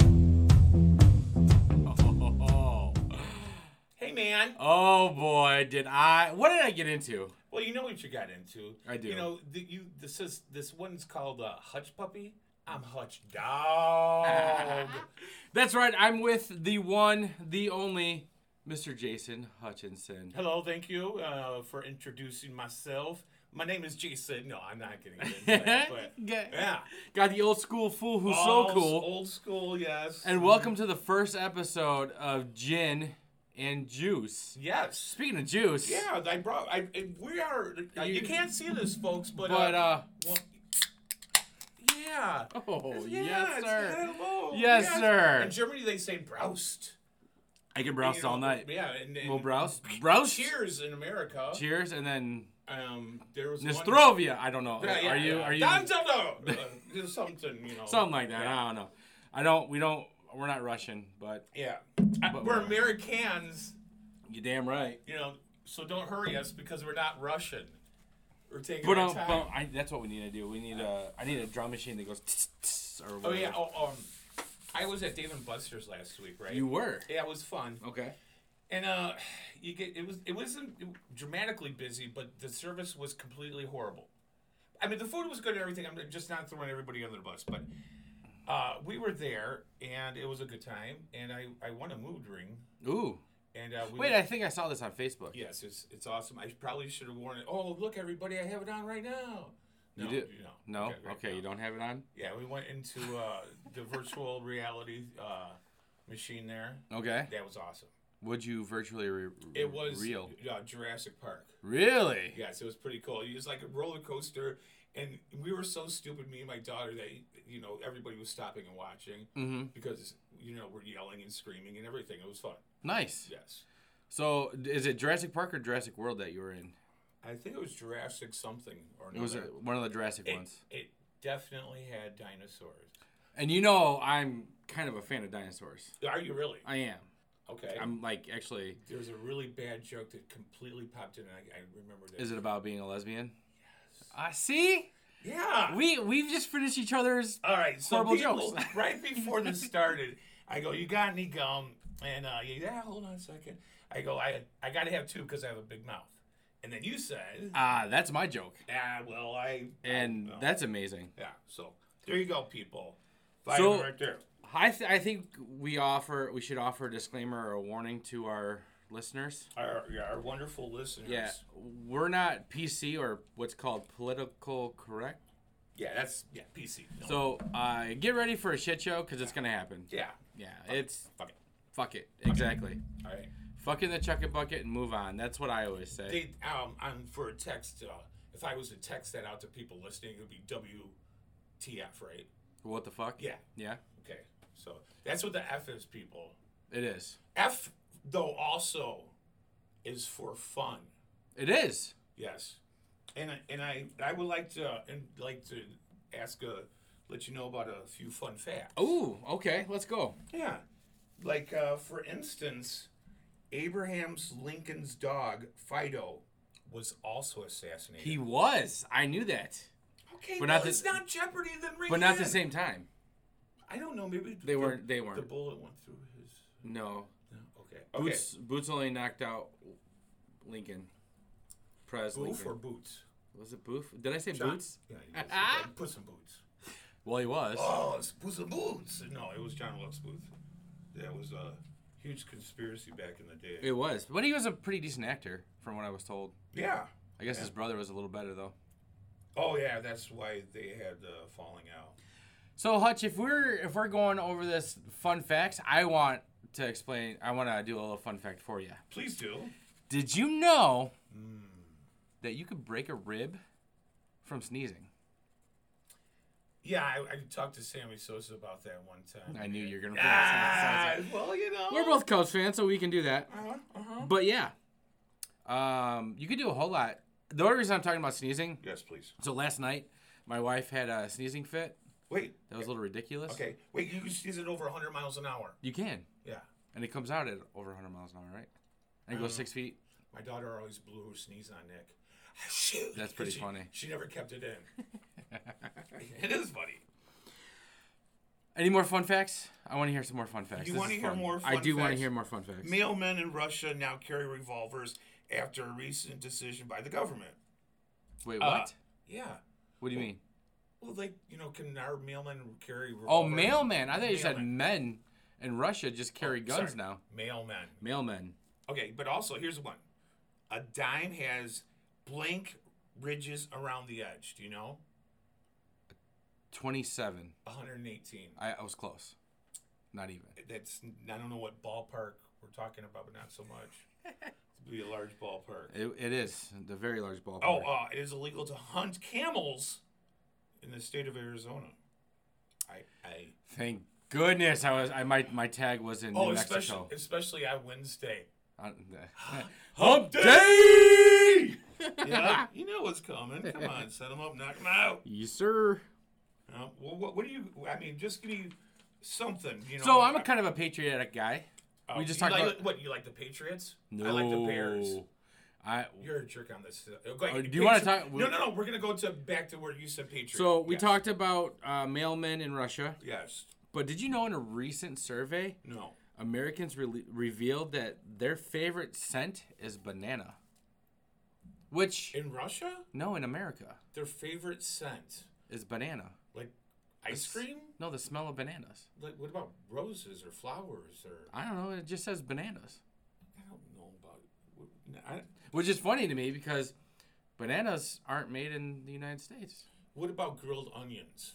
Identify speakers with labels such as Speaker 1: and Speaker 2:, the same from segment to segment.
Speaker 1: on.
Speaker 2: Oh boy, did I! What did I get into?
Speaker 1: Well, you know what you got into.
Speaker 2: I do.
Speaker 1: You know, the, you this is this one's called uh, Hutch Puppy. I'm Hutch Dog.
Speaker 2: That's right. I'm with the one, the only, Mr. Jason Hutchinson.
Speaker 1: Hello, thank you uh, for introducing myself. My name is Jason. No, I'm not getting into that. But yeah,
Speaker 2: Got the old school fool who's
Speaker 1: Old-
Speaker 2: so cool.
Speaker 1: Old school, yes.
Speaker 2: And welcome to the first episode of Gin and Juice.
Speaker 1: yes.
Speaker 2: Speaking of juice,
Speaker 1: Yeah, I brought. I I- we are. uh, You,
Speaker 2: You-
Speaker 1: can't see this, folks, but
Speaker 2: but
Speaker 1: uh,
Speaker 2: uh,
Speaker 1: well, yeah.
Speaker 2: oh
Speaker 1: Yeah,
Speaker 2: yes,
Speaker 1: it's-
Speaker 2: sir.
Speaker 1: hello,
Speaker 2: Yes, sir.
Speaker 1: In Germany, they say "braust."
Speaker 2: I can
Speaker 1: you
Speaker 2: browse
Speaker 1: know,
Speaker 2: all night.
Speaker 1: Yeah, and, and
Speaker 2: We'll browse, browse.
Speaker 1: Cheers in America.
Speaker 2: Cheers, and then
Speaker 1: Um, there was one-
Speaker 2: Nostrovia. I don't know.
Speaker 1: Yeah, yeah,
Speaker 2: are you?
Speaker 1: yeah.
Speaker 2: Are you?
Speaker 1: Danzano! Uh, there's something, you know.
Speaker 2: Something like that.
Speaker 1: Oh, Yeah.
Speaker 2: I don't know. I don't. We don't. We're not Russian, but
Speaker 1: Yeah. Uh,
Speaker 2: But
Speaker 1: we're
Speaker 2: we're-
Speaker 1: Americans,
Speaker 2: you're damn right.
Speaker 1: you know, so don't hurry us because we're not Russian. We're taking
Speaker 2: But,
Speaker 1: our
Speaker 2: um,
Speaker 1: time.
Speaker 2: but I, that's what we need to do. We need a. I need a drum machine that goes. Tss, tss, or
Speaker 1: oh,
Speaker 2: whatever.
Speaker 1: yeah. Oh, um, I was at Dave and Buster's last week, right?
Speaker 2: You were
Speaker 1: yeah, it was fun.
Speaker 2: okay.
Speaker 1: And uh, you get it was it wasn't dramatically busy, but the service was completely horrible. I mean, the food was good and everything. I'm just not throwing everybody under the bus, but uh, we were there and it was a good time. And I I won a mood ring.
Speaker 2: Ooh.
Speaker 1: And uh, we,
Speaker 2: Wait, I think I saw this on Facebook.
Speaker 1: yes, it's it's awesome. I probably should have worn it. Oh, look, everybody, I have it on right now.
Speaker 2: You
Speaker 1: No,
Speaker 2: did-
Speaker 1: No.
Speaker 2: No.
Speaker 1: great,
Speaker 2: okay,
Speaker 1: no.
Speaker 2: you don't have it on.
Speaker 1: Yeah, we went into uh, the virtual reality uh, machine there.
Speaker 2: Okay.
Speaker 1: That was awesome.
Speaker 2: Would you virtually re-
Speaker 1: It was
Speaker 2: real?
Speaker 1: Uh, Jurassic Park.
Speaker 2: Really?
Speaker 1: Yes, it was pretty cool. It was like a roller coaster, and we were so stupid, me and my daughter, that you know everybody was stopping and watching
Speaker 2: Mm-hmm.
Speaker 1: because you know we're yelling and screaming and everything. It was fun.
Speaker 2: Nice.
Speaker 1: Yes,
Speaker 2: So, d- is it Jurassic Park or Jurassic World that you were in?
Speaker 1: I think it was Jurassic something or
Speaker 2: It was uh,
Speaker 1: another.
Speaker 2: one of the Jurassic
Speaker 1: It,
Speaker 2: ones.
Speaker 1: it definitely had dinosaurs.
Speaker 2: And you know, I'm kind of a fan of dinosaurs.
Speaker 1: Are you really
Speaker 2: I am.
Speaker 1: okay?
Speaker 2: I'm like, actually,
Speaker 1: There's a really bad joke that completely popped in, and I, I remember that.
Speaker 2: is it about being a lesbian? I see.
Speaker 1: yeah.
Speaker 2: We we've just finished each other's.
Speaker 1: All right, so
Speaker 2: Horrible
Speaker 1: people,
Speaker 2: jokes.
Speaker 1: right before this started, I go, "You got any gum?" And uh, you, yeah, hold on a second. I go, "I I got to have two because I have a big mouth." And then you said,
Speaker 2: Ah, that's my joke,
Speaker 1: "Ah, well, I."
Speaker 2: and
Speaker 1: I-
Speaker 2: that's amazing.
Speaker 1: yeah. So there you go, people. Vitamin
Speaker 2: So-
Speaker 1: right there.
Speaker 2: I th- I think we offer we should offer a disclaimer or a warning to our listeners.
Speaker 1: Our, yeah, our wonderful listeners.
Speaker 2: Yeah, we're not PC or what's called political correct.
Speaker 1: Yeah, that's yeah PC. No.
Speaker 2: So uh, get ready for a shit show because it's gonna happen.
Speaker 1: yeah.
Speaker 2: Yeah, it's
Speaker 1: Fuck it.
Speaker 2: fuck it exactly.
Speaker 1: All right.
Speaker 2: Fuck in the chuck it bucket and move on. That's what I always say.
Speaker 1: They um, I'm for a text. Uh, if I was to text that out to people listening, it would be WTF, right?
Speaker 2: What the fuck?
Speaker 1: Yeah.
Speaker 2: Yeah,
Speaker 1: Okay. So that's what the F is, people.
Speaker 2: it is.
Speaker 1: F though also is for fun.
Speaker 2: It is.
Speaker 1: Yes, and I- and I I would like to uh, and like to ask a let you know about a few fun facts.
Speaker 2: Ooh, okay, let's go.
Speaker 1: yeah, like uh, for instance, Abraham's Lincoln's dog Fido was also assassinated.
Speaker 2: He was. I knew that,
Speaker 1: okay,
Speaker 2: but
Speaker 1: well,
Speaker 2: not the-
Speaker 1: it's not Jeopardy then
Speaker 2: but not the
Speaker 1: Rayanne.
Speaker 2: same time.
Speaker 1: I don't know. Maybe
Speaker 2: They
Speaker 1: the-
Speaker 2: weren't. They
Speaker 1: The
Speaker 2: weren't.
Speaker 1: bullet went through his.
Speaker 2: No.
Speaker 1: no, Okay. Okay.
Speaker 2: Boots. Boots only knocked out Lincoln. Prez
Speaker 1: Boof
Speaker 2: Lincoln.
Speaker 1: or boots?
Speaker 2: was it Boof? Did I say
Speaker 1: John-
Speaker 2: Boots?
Speaker 1: Yeah, he was- yeah, put some boots.
Speaker 2: Well, he was.
Speaker 1: Oh, it's Puss in Boots. No, it was John Wilkes Booth. That was a huge conspiracy back in the day.
Speaker 2: It was, but he was a pretty decent actor, from what I was told.
Speaker 1: yeah.
Speaker 2: I guess his brother was a little better though.
Speaker 1: Oh, yeah. That's why they had uh, falling out.
Speaker 2: So Hutch, if we're if we're going over this fun facts, I want to explain. I want to do a little fun fact for you.
Speaker 1: Please do.
Speaker 2: Did you know
Speaker 1: Hmm.
Speaker 2: that you could break a rib from sneezing?
Speaker 1: Yeah, I, I talked to Sammy Sosa about that one time.
Speaker 2: I knew you were gonna. bring
Speaker 1: Ah,
Speaker 2: up something.
Speaker 1: well, you know.
Speaker 2: We're both Cubs fans, so we can do that.
Speaker 1: Uh-huh, uh-huh.
Speaker 2: But yeah, um, you could do a whole lot. The only reason I'm talking about sneezing,
Speaker 1: Yes, please.
Speaker 2: so last night my wife had a sneezing fit.
Speaker 1: Wait.
Speaker 2: That was a little ridiculous.
Speaker 1: Okay. Wait, you can sneeze at over 100 miles an hour.
Speaker 2: You can,
Speaker 1: Yeah.
Speaker 2: and it comes out at over 100 miles an hour, right? And it
Speaker 1: Um,
Speaker 2: goes six feet.
Speaker 1: My daughter always blew her sneeze on Nick. Shoot.
Speaker 2: That's pretty
Speaker 1: She-
Speaker 2: funny.
Speaker 1: She never kept it in. it is funny.
Speaker 2: Any more fun facts? I want to hear some more fun facts.
Speaker 1: You
Speaker 2: This
Speaker 1: wanna
Speaker 2: is
Speaker 1: hear
Speaker 2: fun.
Speaker 1: more
Speaker 2: I
Speaker 1: fun
Speaker 2: do want to
Speaker 1: facts?
Speaker 2: hear more fun facts.
Speaker 1: Mailmen in Russia now carry revolvers after a recent decision by the government.
Speaker 2: Wait, what?
Speaker 1: Uh, oh, Yeah.
Speaker 2: what do you mean?
Speaker 1: Well, like you know, can our mailmen carry? Revolvers?
Speaker 2: Oh, mailman. I thought you said
Speaker 1: Mailman.
Speaker 2: men in Russia just carry guns
Speaker 1: Oh, Sorry,
Speaker 2: now.
Speaker 1: Mailmen.
Speaker 2: Mailmen.
Speaker 1: Okay, but also here's one. A dime has blank ridges around the edge. Do you know?
Speaker 2: 27.
Speaker 1: 118.
Speaker 2: I, I was close. Not even.
Speaker 1: That's I don't know what ballpark we're talking about, but not so much. It'd be a large ballpark.
Speaker 2: It, it is the very large ballpark.
Speaker 1: Oh, uh, it is illegal to hunt camels in the state of Arizona. I, I
Speaker 2: thank goodness I was. I my my tag was in
Speaker 1: oh,
Speaker 2: New
Speaker 1: especially
Speaker 2: Mexico.
Speaker 1: especially on Wednesday.
Speaker 2: On-
Speaker 1: Hump
Speaker 2: day.
Speaker 1: yeah, you know what's coming. Come on, set them up, knock them out.
Speaker 2: Yes, sir.
Speaker 1: Uh, well, what, what do you? I mean, just give me something. You know.
Speaker 2: So I'm a kind of a patriotic guy.
Speaker 1: Uh,
Speaker 2: we just
Speaker 1: you
Speaker 2: talked
Speaker 1: like,
Speaker 2: about-
Speaker 1: what you like the Patriots. I like the Bears.
Speaker 2: I
Speaker 1: You're a jerk on this. Uh, Go ahead.
Speaker 2: Oh, do you wanna
Speaker 1: Patri-
Speaker 2: talk-
Speaker 1: No, no, no. We're gonna go to back to where you said Patriots.
Speaker 2: so we
Speaker 1: Yes.
Speaker 2: talked about uh, mailmen in Russia,
Speaker 1: Yes.
Speaker 2: but did you know in a recent survey,
Speaker 1: No.
Speaker 2: Americans rele revealed that their favorite scent is banana. Which
Speaker 1: In Russia,
Speaker 2: no, in America
Speaker 1: their favorite scent,
Speaker 2: is banana.
Speaker 1: like ice cream.
Speaker 2: No, the smell of bananas.
Speaker 1: Like what about roses or flowers or?
Speaker 2: I don't know. It just says bananas,
Speaker 1: I don't know about. what- I,
Speaker 2: which is funny to me because bananas aren't made in the United States.
Speaker 1: what about grilled onions?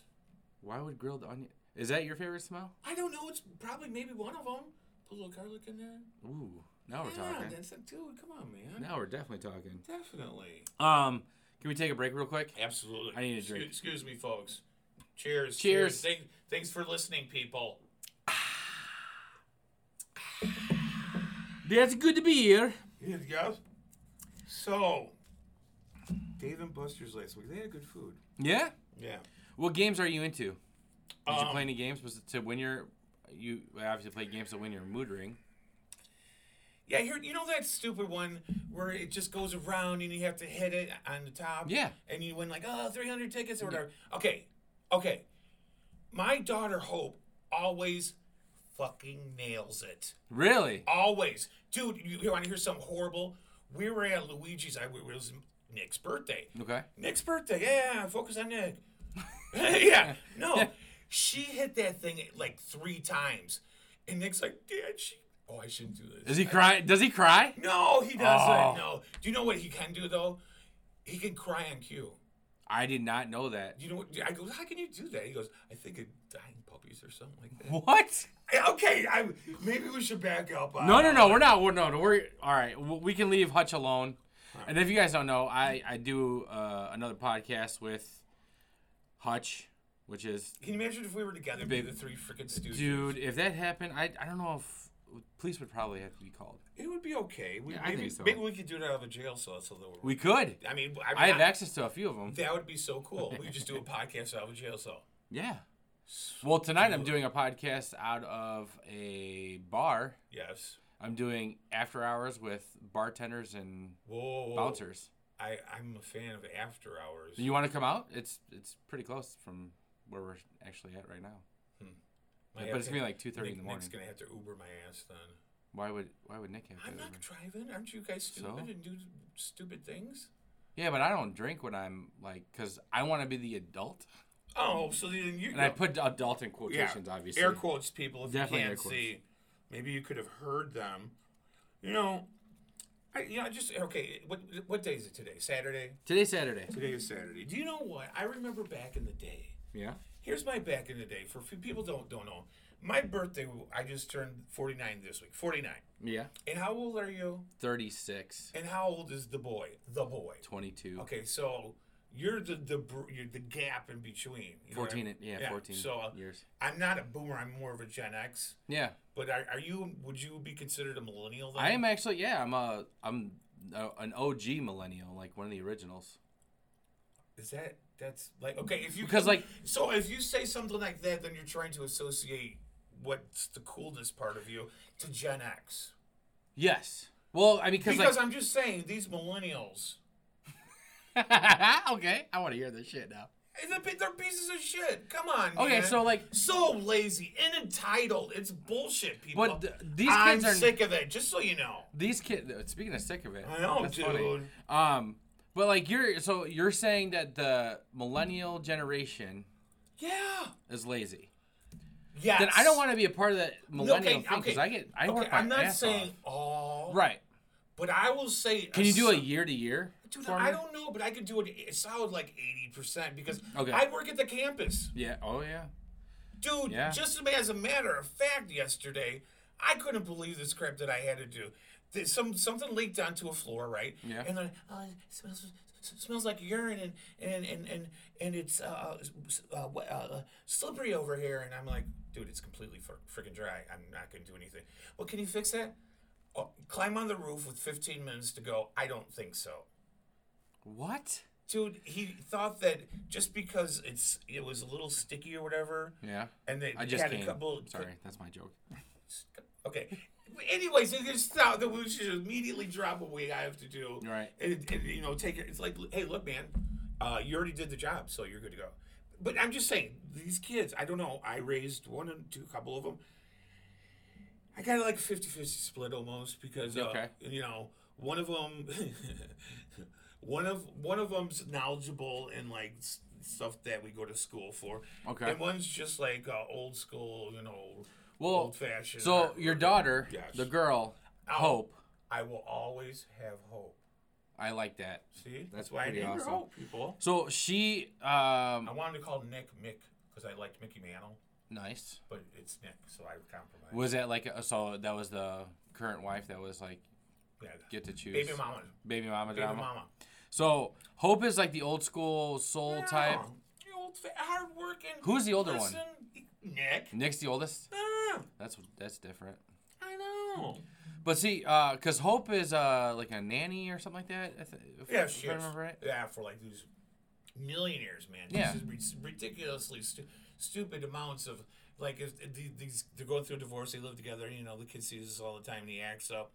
Speaker 2: Why would grilled onion? Is that your favorite smell?
Speaker 1: I don't know. It's probably maybe one of them. Put a little garlic in there.
Speaker 2: Ooh, now we're
Speaker 1: yeah,
Speaker 2: talking.
Speaker 1: that's dude. Come on, man.
Speaker 2: Now we're definitely talking.
Speaker 1: Definitely.
Speaker 2: Um, can we take a break real quick?
Speaker 1: Absolutely.
Speaker 2: I need a
Speaker 1: Excuse-
Speaker 2: drink.
Speaker 1: Excuse me, folks. Cheers.
Speaker 2: Cheers.
Speaker 1: Thank, thanks for listening, people.
Speaker 2: That's good to be here.
Speaker 1: Here you go. So, Dave and Buster's last week. They had good food.
Speaker 2: Yeah.
Speaker 1: Yeah.
Speaker 2: What games are you into? Did you
Speaker 1: Um,
Speaker 2: play any games Was it to win your? You obviously play games to win your mood ring.
Speaker 1: Yeah, here you know that stupid one where it just goes around and you have to hit it on the top.
Speaker 2: Yeah.
Speaker 1: And you win like oh 300 tickets or whatever. Okay, okay. My daughter Hope always fucking nails it.
Speaker 2: Really?
Speaker 1: Always, dude. You, you want to hear something horrible? We were at Luigi's. I it was Nick's birthday.
Speaker 2: Okay.
Speaker 1: Nick's birthday. Yeah, focus on Nick. yeah, no. She hit that thing like three times, and Nick's like, "Dad, she." Oh, I shouldn't do this.
Speaker 2: Does he cry? Does he cry?
Speaker 1: No, he doesn't.
Speaker 2: Oh.
Speaker 1: No. Do you know what he can do though? He can cry on cue.
Speaker 2: I did not know that.
Speaker 1: Do you know what? I go, how can you do that? He goes, I think of dying puppies or something like that.
Speaker 2: What?
Speaker 1: Okay, I maybe we should back up. Uh,
Speaker 2: No, no, no. We're not. We're no. no, We're all right. w- We can leave Hutch alone. And if you guys don't know, I I do uh, another podcast with Hutch, which is
Speaker 1: Can you imagine if we were together, be the three freaking students?
Speaker 2: dude. If that happened, I I don't know if police would probably have to be called.
Speaker 1: It would be okay. We,
Speaker 2: Yeah, I
Speaker 1: maybe,
Speaker 2: think so.
Speaker 1: maybe we could do it out of a jail cell. So that we're,
Speaker 2: We could.
Speaker 1: I mean, I, mean,
Speaker 2: I have
Speaker 1: I-
Speaker 2: access to a few of them.
Speaker 1: that would be so cool. We could just do a podcast out of a jail cell.
Speaker 2: Yeah. Well, tonight I'm doing a podcast out of a bar.
Speaker 1: Yes.
Speaker 2: I'm doing after hours with bartenders and
Speaker 1: Whoa.
Speaker 2: bouncers.
Speaker 1: I, I'm a fan of after hours.
Speaker 2: Do you want to come out? It's it's pretty close from where we're actually at right now.
Speaker 1: Might
Speaker 2: but
Speaker 1: have
Speaker 2: it's
Speaker 1: to-
Speaker 2: gonna be like 2:30 in
Speaker 1: Nick-
Speaker 2: the morning.
Speaker 1: Nick's gonna have to Uber my ass then.
Speaker 2: Why would why would Nick have to?
Speaker 1: I'm not
Speaker 2: Uber?
Speaker 1: driving. Aren't you guys stupid
Speaker 2: So?
Speaker 1: and do stupid things?
Speaker 2: Yeah, but I don't drink when I'm like cuz I want to be the adult.
Speaker 1: Oh, so then you.
Speaker 2: And I put adult in quotations obviously.
Speaker 1: Air quotes, people. If
Speaker 2: Definitely
Speaker 1: you
Speaker 2: air
Speaker 1: can't
Speaker 2: quotes.
Speaker 1: see, maybe you could have heard them. You know, I, you know, I just okay. What what day is it today? Saturday.
Speaker 2: Today's Saturday.
Speaker 1: Today is Saturday. Do you know what? I remember back in the day.
Speaker 2: Yeah.
Speaker 1: Here's my back in the day. For few people don't don't know, my birthday. I just turned 49 this week. 49.
Speaker 2: Yeah.
Speaker 1: And how old are you?
Speaker 2: 36,
Speaker 1: And how old is the boy? The boy.
Speaker 2: 22.
Speaker 1: Okay, so you're the the br- you're the gap in between. you know what I
Speaker 2: 14
Speaker 1: mean?
Speaker 2: yeah, 14
Speaker 1: So uh,
Speaker 2: years.
Speaker 1: I'm not a boomer. I'm more of a Gen X.
Speaker 2: Yeah.
Speaker 1: But are, are you? Would you be considered a millennial? Then?
Speaker 2: I am actually, yeah, I'm a, I'm a, an OG millennial, like one of the originals.
Speaker 1: Is that that's like okay? If you
Speaker 2: Because, like-
Speaker 1: so if you say something like that, then you're trying to associate what's the coolest part of you to Gen X.
Speaker 2: Yes. Well, I mean, cause
Speaker 1: Because I'm just saying these millennials.
Speaker 2: like, okay, I want to hear this shit now.
Speaker 1: They're pi- They're pieces of shit. Come on.
Speaker 2: Okay,
Speaker 1: man.
Speaker 2: so like,
Speaker 1: so lazy and entitled. It's bullshit, people.
Speaker 2: but th- these
Speaker 1: I'm
Speaker 2: kids are
Speaker 1: sick of it. Just so you know.
Speaker 2: these kids. Speaking of sick of it,
Speaker 1: I know,
Speaker 2: that's
Speaker 1: dude.
Speaker 2: funny. Um, but like you're so you're saying that the millennial generation
Speaker 1: Yeah.
Speaker 2: is lazy.
Speaker 1: Yes.
Speaker 2: Then I don't want to be a part of that millennial
Speaker 1: okay,
Speaker 2: thing because
Speaker 1: okay.
Speaker 2: I get I
Speaker 1: Okay,
Speaker 2: work my
Speaker 1: I'm not
Speaker 2: ass
Speaker 1: saying
Speaker 2: off.
Speaker 1: all,
Speaker 2: Right?
Speaker 1: but I will say.
Speaker 2: Can you do a
Speaker 1: s-
Speaker 2: year to year?
Speaker 1: Dude,
Speaker 2: for
Speaker 1: I
Speaker 2: me?
Speaker 1: don't know, but I could do it a solid like eighty percent because
Speaker 2: Okay.
Speaker 1: I work at the campus,
Speaker 2: Yeah. Oh yeah.
Speaker 1: dude.
Speaker 2: Yeah.
Speaker 1: Just as a matter of fact, yesterday I couldn't believe this crap that I had to do. Th- Some something leaked onto a floor, right?
Speaker 2: Yeah.
Speaker 1: And then oh, it smells s- smells like urine and and and and, and it's uh, s- uh, wet- uh, uh, slippery over here, and I'm like, dude, it's completely fr- freaking dry. I'm not gonna do anything. Well, can you fix that? Oh, climb on the roof with 15 minutes to go. I don't think so.
Speaker 2: What?
Speaker 1: Dude, he thought that just because it's it was a little sticky or whatever,
Speaker 2: Yeah.
Speaker 1: and they
Speaker 2: I just
Speaker 1: had
Speaker 2: came.
Speaker 1: a couple.
Speaker 2: Sorry, that's my joke.
Speaker 1: Okay. Anyways, it just thought that we should immediately drop what we have to do.
Speaker 2: Right.
Speaker 1: And, and, you know, take it. It's like, hey, look, man, uh, you already did the job, so you're good to go. But I'm just saying, these kids. I don't know. I raised one and two, couple of them. I got like 50-50 split almost because uh,
Speaker 2: Okay.
Speaker 1: you know one of them, one of one of them's knowledgeable in like s- stuff that we go to school for.
Speaker 2: Okay.
Speaker 1: And one's just like uh, old school, you know,
Speaker 2: Well,
Speaker 1: old fashioned.
Speaker 2: So your daughter,
Speaker 1: Yes.
Speaker 2: the girl, Hope.
Speaker 1: I will always have hope.
Speaker 2: I like that.
Speaker 1: See,
Speaker 2: That's
Speaker 1: why I
Speaker 2: pretty
Speaker 1: named her
Speaker 2: awesome.
Speaker 1: hope, people.
Speaker 2: So she,
Speaker 1: I
Speaker 2: um,
Speaker 1: wanted to call Nick Mick because I liked Mickey Mantle,
Speaker 2: nice.
Speaker 1: but it's Nick, so I compromised.
Speaker 2: Was that like a, so? That was the current wife that was like
Speaker 1: yeah,
Speaker 2: get to choose
Speaker 1: baby mama,
Speaker 2: baby mama
Speaker 1: baby
Speaker 2: drama.
Speaker 1: mama.
Speaker 2: So Hope is like the old school soul type.
Speaker 1: Yeah, you old, fa- hardworking.
Speaker 2: Who's the older one?
Speaker 1: one? Nick.
Speaker 2: Nick's the oldest.
Speaker 1: Ah,
Speaker 2: That's that's different.
Speaker 1: I know.
Speaker 2: But see, uh, cause Hope is uh like a nanny or something like that. I th- if,
Speaker 1: Yeah,
Speaker 2: if
Speaker 1: she
Speaker 2: I
Speaker 1: is.
Speaker 2: remember right.
Speaker 1: Yeah, for like these millionaires, man.
Speaker 2: Yeah.
Speaker 1: This is ri- ridiculously stu- stupid amounts of like if if the- these they're going through a divorce, they live together. You know, the kid sees this all the time, and he acts up.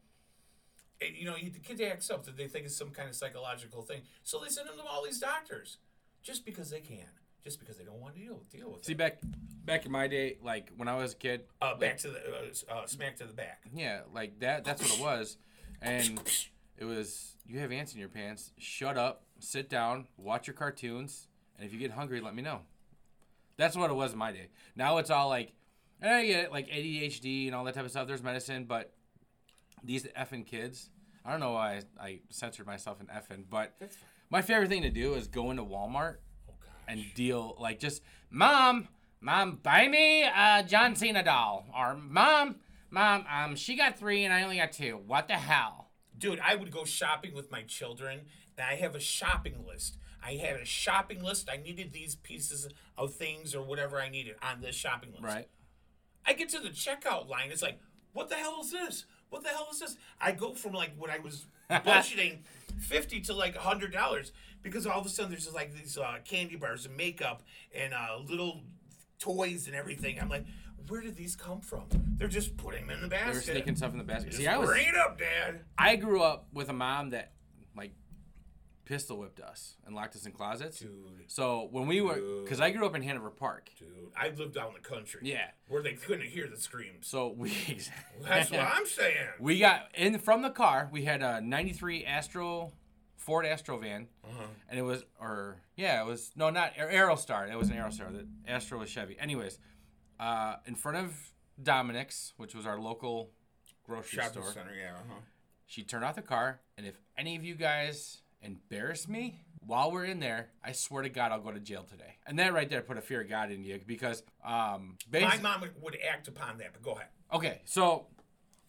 Speaker 1: And, you know, he, the kid acts up that they think it's some kind of psychological thing. So they send him to all these doctors, just because they can, just because they don't want to deal deal with
Speaker 2: See
Speaker 1: it.
Speaker 2: back back in my day, like when I was a kid,
Speaker 1: Uh, back to the uh, s- uh, smack to the back.
Speaker 2: yeah, like that. That's what it was, and it was you have ants in your pants. Shut up, sit down, watch your cartoons, and if you get hungry, let me know. That's what it was in my day. Now it's all like, and I get it, like ADHD and all that type of stuff. There's medicine, but these effing kids. I don't know why I, I censored myself in effing, but
Speaker 1: That's fine.
Speaker 2: my favorite thing to do is go into Walmart
Speaker 1: Oh God.
Speaker 2: and deal like just mom mom buy me a john cena doll or mom mom um she got three and i only got two what the hell
Speaker 1: Dude, I would go shopping with my children, and I have a shopping list. I had a shopping list. I needed these pieces of things or whatever I needed on this shopping list.
Speaker 2: right
Speaker 1: I get to the checkout line. It's like, what the hell is this? What the hell is this? I go from like what I was budgeting fifty to like hundred dollars because all of a sudden there's just like these uh, candy bars and makeup and uh, little toys and everything. I'm like, where did these come from? They're just putting them in the
Speaker 2: they're
Speaker 1: basket.
Speaker 2: sneaking stuff in the basket see
Speaker 1: Just
Speaker 2: i was
Speaker 1: bring it up, Dad.
Speaker 2: i grew up with a mom that like pistol whipped us and locked us in closets
Speaker 1: Dude.
Speaker 2: so when we were because i grew up in hanover park
Speaker 1: Dude, I lived out in the country.
Speaker 2: Yeah.
Speaker 1: Where they couldn't hear the screams.
Speaker 2: so we
Speaker 1: That's what I'm saying.
Speaker 2: we got in from the car we had a 93 astro ford astro van
Speaker 1: Uh-huh.
Speaker 2: and it was or yeah it was no not Aer- aerostar it was an aerostar the astro was chevy anyways uh, in front of dominic's which was our local grocery
Speaker 1: Shopping
Speaker 2: store
Speaker 1: center, yeah. Uh-huh.
Speaker 2: she turned off the car and if any of you guys embarrass me while we're in there i swear to god i'll go to jail today and that right there put a fear of god in you because um
Speaker 1: My
Speaker 2: basically
Speaker 1: mom would, would act upon that, but go ahead.
Speaker 2: Okay, so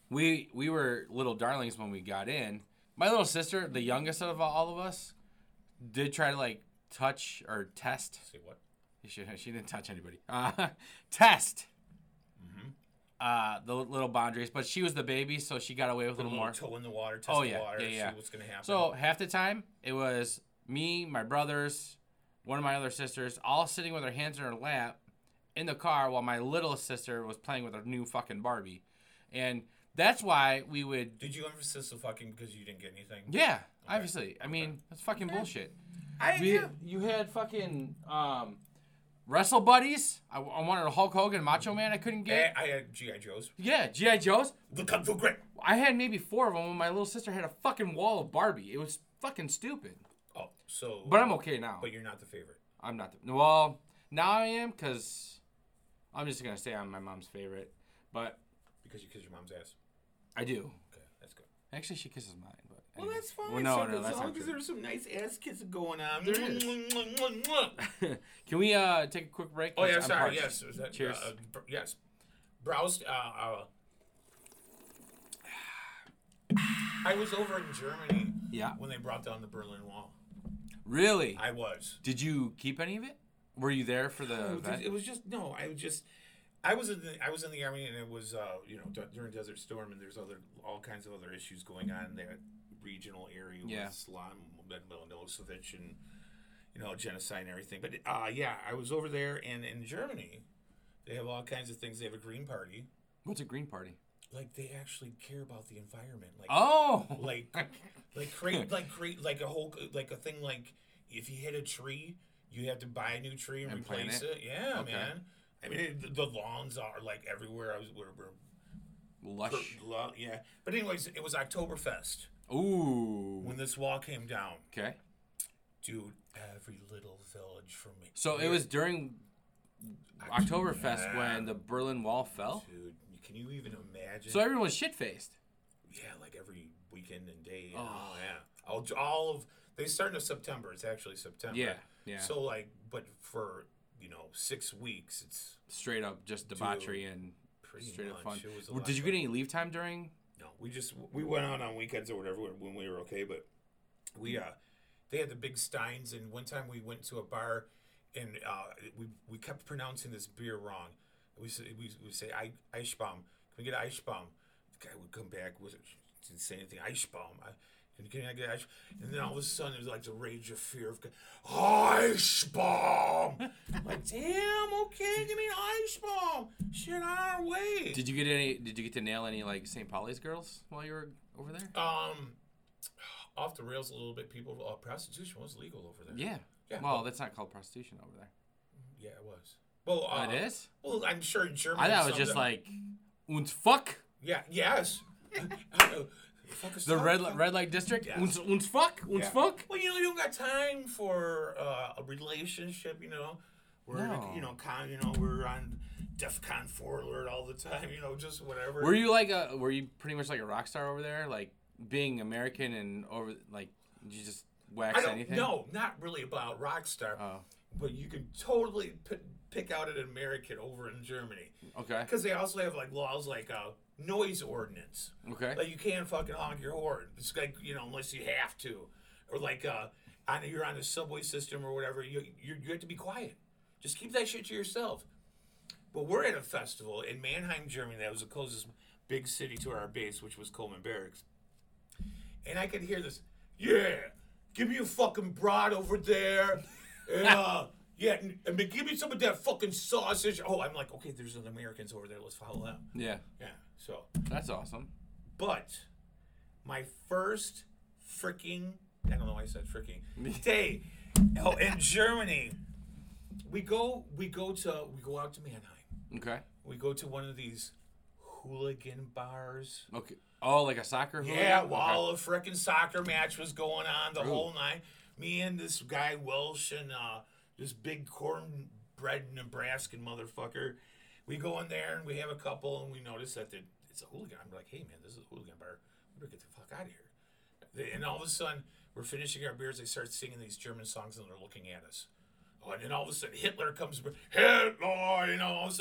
Speaker 2: we we were little darlings when we got in. My little sister, the youngest of all of us, did try to like touch or test.
Speaker 1: Say what?
Speaker 2: She, she didn't touch anybody. Uh, test. Uh, the little boundaries, but she was the baby, so she got away with a little more.
Speaker 1: Toe in the water, test
Speaker 2: Oh,
Speaker 1: the
Speaker 2: yeah,
Speaker 1: water,
Speaker 2: yeah, yeah.
Speaker 1: see what's going to happen.
Speaker 2: So half the time it was me, my brothers, one of my other sisters, all sitting with our hands in our lap in the car while my little sister was playing with her new fucking Barbie. And that's why we would
Speaker 1: Did you emphasize the fucking because you didn't get anything?
Speaker 2: Yeah, obviously. I mean, that's fucking bullshit.
Speaker 1: I
Speaker 2: We,
Speaker 1: yeah.
Speaker 2: you had fucking um, Wrestle Buddies. I, I wanted a Hulk Hogan, Macho Man. I couldn't
Speaker 1: I,
Speaker 2: get.
Speaker 1: I had GI Joes.
Speaker 2: Yeah, GI Joes.
Speaker 1: The Kung Fu Grip.
Speaker 2: I had maybe four of them when my little sister had a fucking wall of Barbie. It was fucking stupid.
Speaker 1: Oh, so.
Speaker 2: But I'm okay now.
Speaker 1: But you're not the favorite.
Speaker 2: I'm not. The, well, now I am because I'm just gonna say I'm my mom's favorite. But
Speaker 1: Because you kiss your mom's ass.
Speaker 2: I do.
Speaker 1: Okay, that's good.
Speaker 2: Actually, she kisses mine. But
Speaker 1: Well,
Speaker 2: anyway.
Speaker 1: that's fine.
Speaker 2: Well,
Speaker 1: so
Speaker 2: no,
Speaker 1: as
Speaker 2: no, that's
Speaker 1: long
Speaker 2: not
Speaker 1: as
Speaker 2: true.
Speaker 1: there's some nice ass kissing going on.
Speaker 2: There is. Can we uh, take a quick break?
Speaker 1: Oh yeah,
Speaker 2: 'Cause I'm
Speaker 1: sorry.
Speaker 2: parched.
Speaker 1: Yes. Is that,
Speaker 2: Cheers.
Speaker 1: Uh, br- yes. Browsed. Uh, uh, I was over in Germany
Speaker 2: Yeah.
Speaker 1: when they brought down the Berlin Wall.
Speaker 2: Really?
Speaker 1: I was.
Speaker 2: Did you keep any of it? Were you there for the
Speaker 1: No,
Speaker 2: event?
Speaker 1: it was just no. I was just. I was in the I was in the army and it was uh, you know du- during Desert Storm and there's other all kinds of other issues going on in that regional area
Speaker 2: Yeah.
Speaker 1: with Slam and Milosevic and you know genocide and everything. But uh, yeah, I was over there and in Germany, they have all kinds of things. They have a Green Party,
Speaker 2: What's a green party?
Speaker 1: like they actually care about the environment, like
Speaker 2: Oh,
Speaker 1: like like create like create like a whole like a thing like if you hit a tree you have to buy a new tree and,
Speaker 2: And plant
Speaker 1: replace it.
Speaker 2: it?
Speaker 1: yeah
Speaker 2: Okay.
Speaker 1: man i mean it, the lawns are like everywhere i was we're, we're,
Speaker 2: lush.
Speaker 1: law, yeah but anyways it was oktoberfest
Speaker 2: Ooh.
Speaker 1: when this wall came down
Speaker 2: Okay.
Speaker 1: dude every little village from me
Speaker 2: So it was during Oktoberfest when the Berlin Wall fell.
Speaker 1: dude can you even imagine
Speaker 2: So everyone was shit faced.
Speaker 1: yeah like every weekend and day and
Speaker 2: Oh.
Speaker 1: all, yeah all, all of they start in september it's actually september
Speaker 2: Yeah. Yeah.
Speaker 1: So like, but for you know six weeks, it's
Speaker 2: Straight up, just debauchery and
Speaker 1: pretty
Speaker 2: straight up
Speaker 1: much.
Speaker 2: fun.
Speaker 1: It was a
Speaker 2: Well,
Speaker 1: lot
Speaker 2: Did you
Speaker 1: of
Speaker 2: get
Speaker 1: fun.
Speaker 2: any leave time during?
Speaker 1: No, we just we went out on weekends or whatever when- when we were okay, but we uh they had the big steins, and one time we went to a bar, and uh we we kept pronouncing this beer wrong. We say we we say I Eichbaum. Can we get Eichbaum? The guy would come back with didn't say anything. Eichbaum. I, can, can I get Eichbaum? And then all of a sudden, it was like the rage of fear of God. Eichbaum. like, damn, okay, give me an Eichbaum. Shit, on our way.
Speaker 2: Did you get any? Did you get to nail any like St. Pauli's girls while you were over there?
Speaker 1: um off the rails a little bit people uh, prostitution was legal over there
Speaker 2: Yeah.
Speaker 1: Yeah.
Speaker 2: Well, that's not called prostitution over there.
Speaker 1: yeah it was well uh,
Speaker 2: Oh, it is.
Speaker 1: well i'm sure in germany
Speaker 2: I thought it was
Speaker 1: some
Speaker 2: just
Speaker 1: of-
Speaker 2: like uns fuck
Speaker 1: yeah yes Fuck us
Speaker 2: the
Speaker 1: up,
Speaker 2: red
Speaker 1: fuck-
Speaker 2: li- red light district.
Speaker 1: Yeah.
Speaker 2: Uns uns fuck uns
Speaker 1: yeah.
Speaker 2: fuck.
Speaker 1: well you know you don't got time for uh, a relationship you know we're
Speaker 2: No.
Speaker 1: you know con you know we're on defcon 4 alert all the time you know just whatever
Speaker 2: Were you like a? Were you pretty much like a rock star over there? Like being American and over like did you just wax
Speaker 1: I don't
Speaker 2: anything?
Speaker 1: no not really about rock star
Speaker 2: Oh,
Speaker 1: but you can totally p- pick out an american over in germany
Speaker 2: okay,
Speaker 1: Because they also have like laws like uh, noise ordinance.
Speaker 2: okay.
Speaker 1: Like you can't fucking honk your horn. It's like you know unless you have to, or like uh, I know you're on the subway system or whatever. You you you have to be quiet. Just keep that shit to yourself. But we're at a festival in Mannheim, Germany. That was the closest big city to our base, which was Coleman Barracks. And I could hear this. Yeah, give me a fucking broad over there. And, uh, yeah, and, and give me some of that fucking sausage. Oh, I'm like, okay, there's an Americans over there. Let's follow them.
Speaker 2: yeah,
Speaker 1: Yeah. So
Speaker 2: that's awesome.
Speaker 1: but my first freaking I don't know why I said freaking day oh, in Germany. We go we go to we go out to Mannheim.
Speaker 2: Okay,
Speaker 1: We go to one of these hooligan bars.
Speaker 2: okay. Oh, like a soccer. hooligan?
Speaker 1: Yeah,
Speaker 2: Okay.
Speaker 1: while a freaking soccer match was going on the whole night. Me and this guy Welsh and uh, this big cornbread Nebraskan motherfucker. We go in there and we have a couple and we notice that the- it's a hooligan. I'm like, hey man, this is a hooligan bar. We better get the fuck out of here. They- And all of a sudden, we're finishing our beers. They start singing these German songs and they're looking at us. Oh, and then all of a sudden, Hitler comes. Hitler, you know, all of a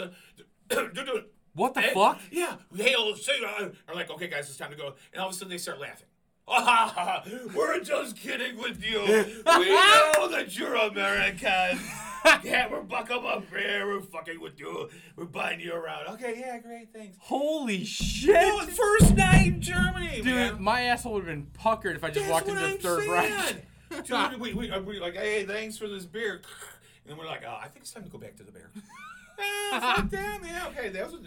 Speaker 1: sudden.
Speaker 2: What the
Speaker 1: Hey,
Speaker 2: fuck?
Speaker 1: Yeah. Hail, say, uh, I'm like, okay, guys, it's time to go. And all of a sudden they start laughing. Ah, we're just kidding with you. We know that you're American. yeah, we're buckle up here. We're fucking with you. We're buying you around. Okay, yeah, great, thanks.
Speaker 2: Holy shit!
Speaker 1: Oh, first night in Germany,
Speaker 2: Dude,
Speaker 1: man.
Speaker 2: my asshole would have been puckered if I just
Speaker 1: That's
Speaker 2: walked
Speaker 1: what
Speaker 2: into
Speaker 1: I'm
Speaker 2: the third Reich.
Speaker 1: saying. Dude, we, we, we like, hey, thanks for this beer. And then we're like, oh, I think it's time to go back to the bear. ah, fuck them. Yeah, okay, that was an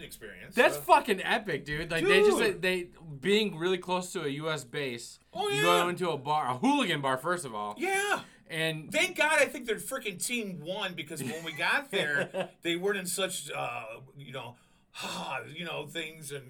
Speaker 1: experience.
Speaker 2: That's
Speaker 1: Uh,
Speaker 2: fucking epic, dude. Like they just
Speaker 1: Dude.
Speaker 2: they being really close to a U.S. base.
Speaker 1: Oh,
Speaker 2: you
Speaker 1: yeah.
Speaker 2: go into a bar, a hooligan bar, first of all,
Speaker 1: yeah.
Speaker 2: And
Speaker 1: Thank God, I think their freaking team won because when we got there, they weren't in such, uh, you know, ha, you know, things and.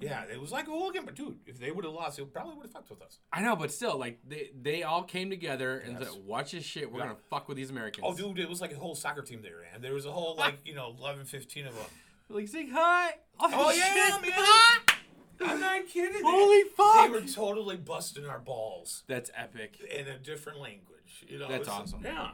Speaker 1: Yeah, it was like a whole game, but dude, if they would have lost, it probably would have fucked with us.
Speaker 2: I know, but still, like they they all came together and
Speaker 1: Yes.
Speaker 2: said, "Watch this shit. We're
Speaker 1: Yeah.
Speaker 2: gonna fuck with these Americans."
Speaker 1: Oh, dude, it was like a whole soccer team they ran. There was a whole like you know 11, 15 of them.
Speaker 2: Like, say hi. Oh, shit.
Speaker 1: man. I'm not kidding.
Speaker 2: Holy
Speaker 1: They
Speaker 2: fuck!
Speaker 1: were totally busting our balls
Speaker 2: That's epic.
Speaker 1: in a different language. You know,
Speaker 2: That's
Speaker 1: it's-
Speaker 2: awesome.
Speaker 1: Yeah,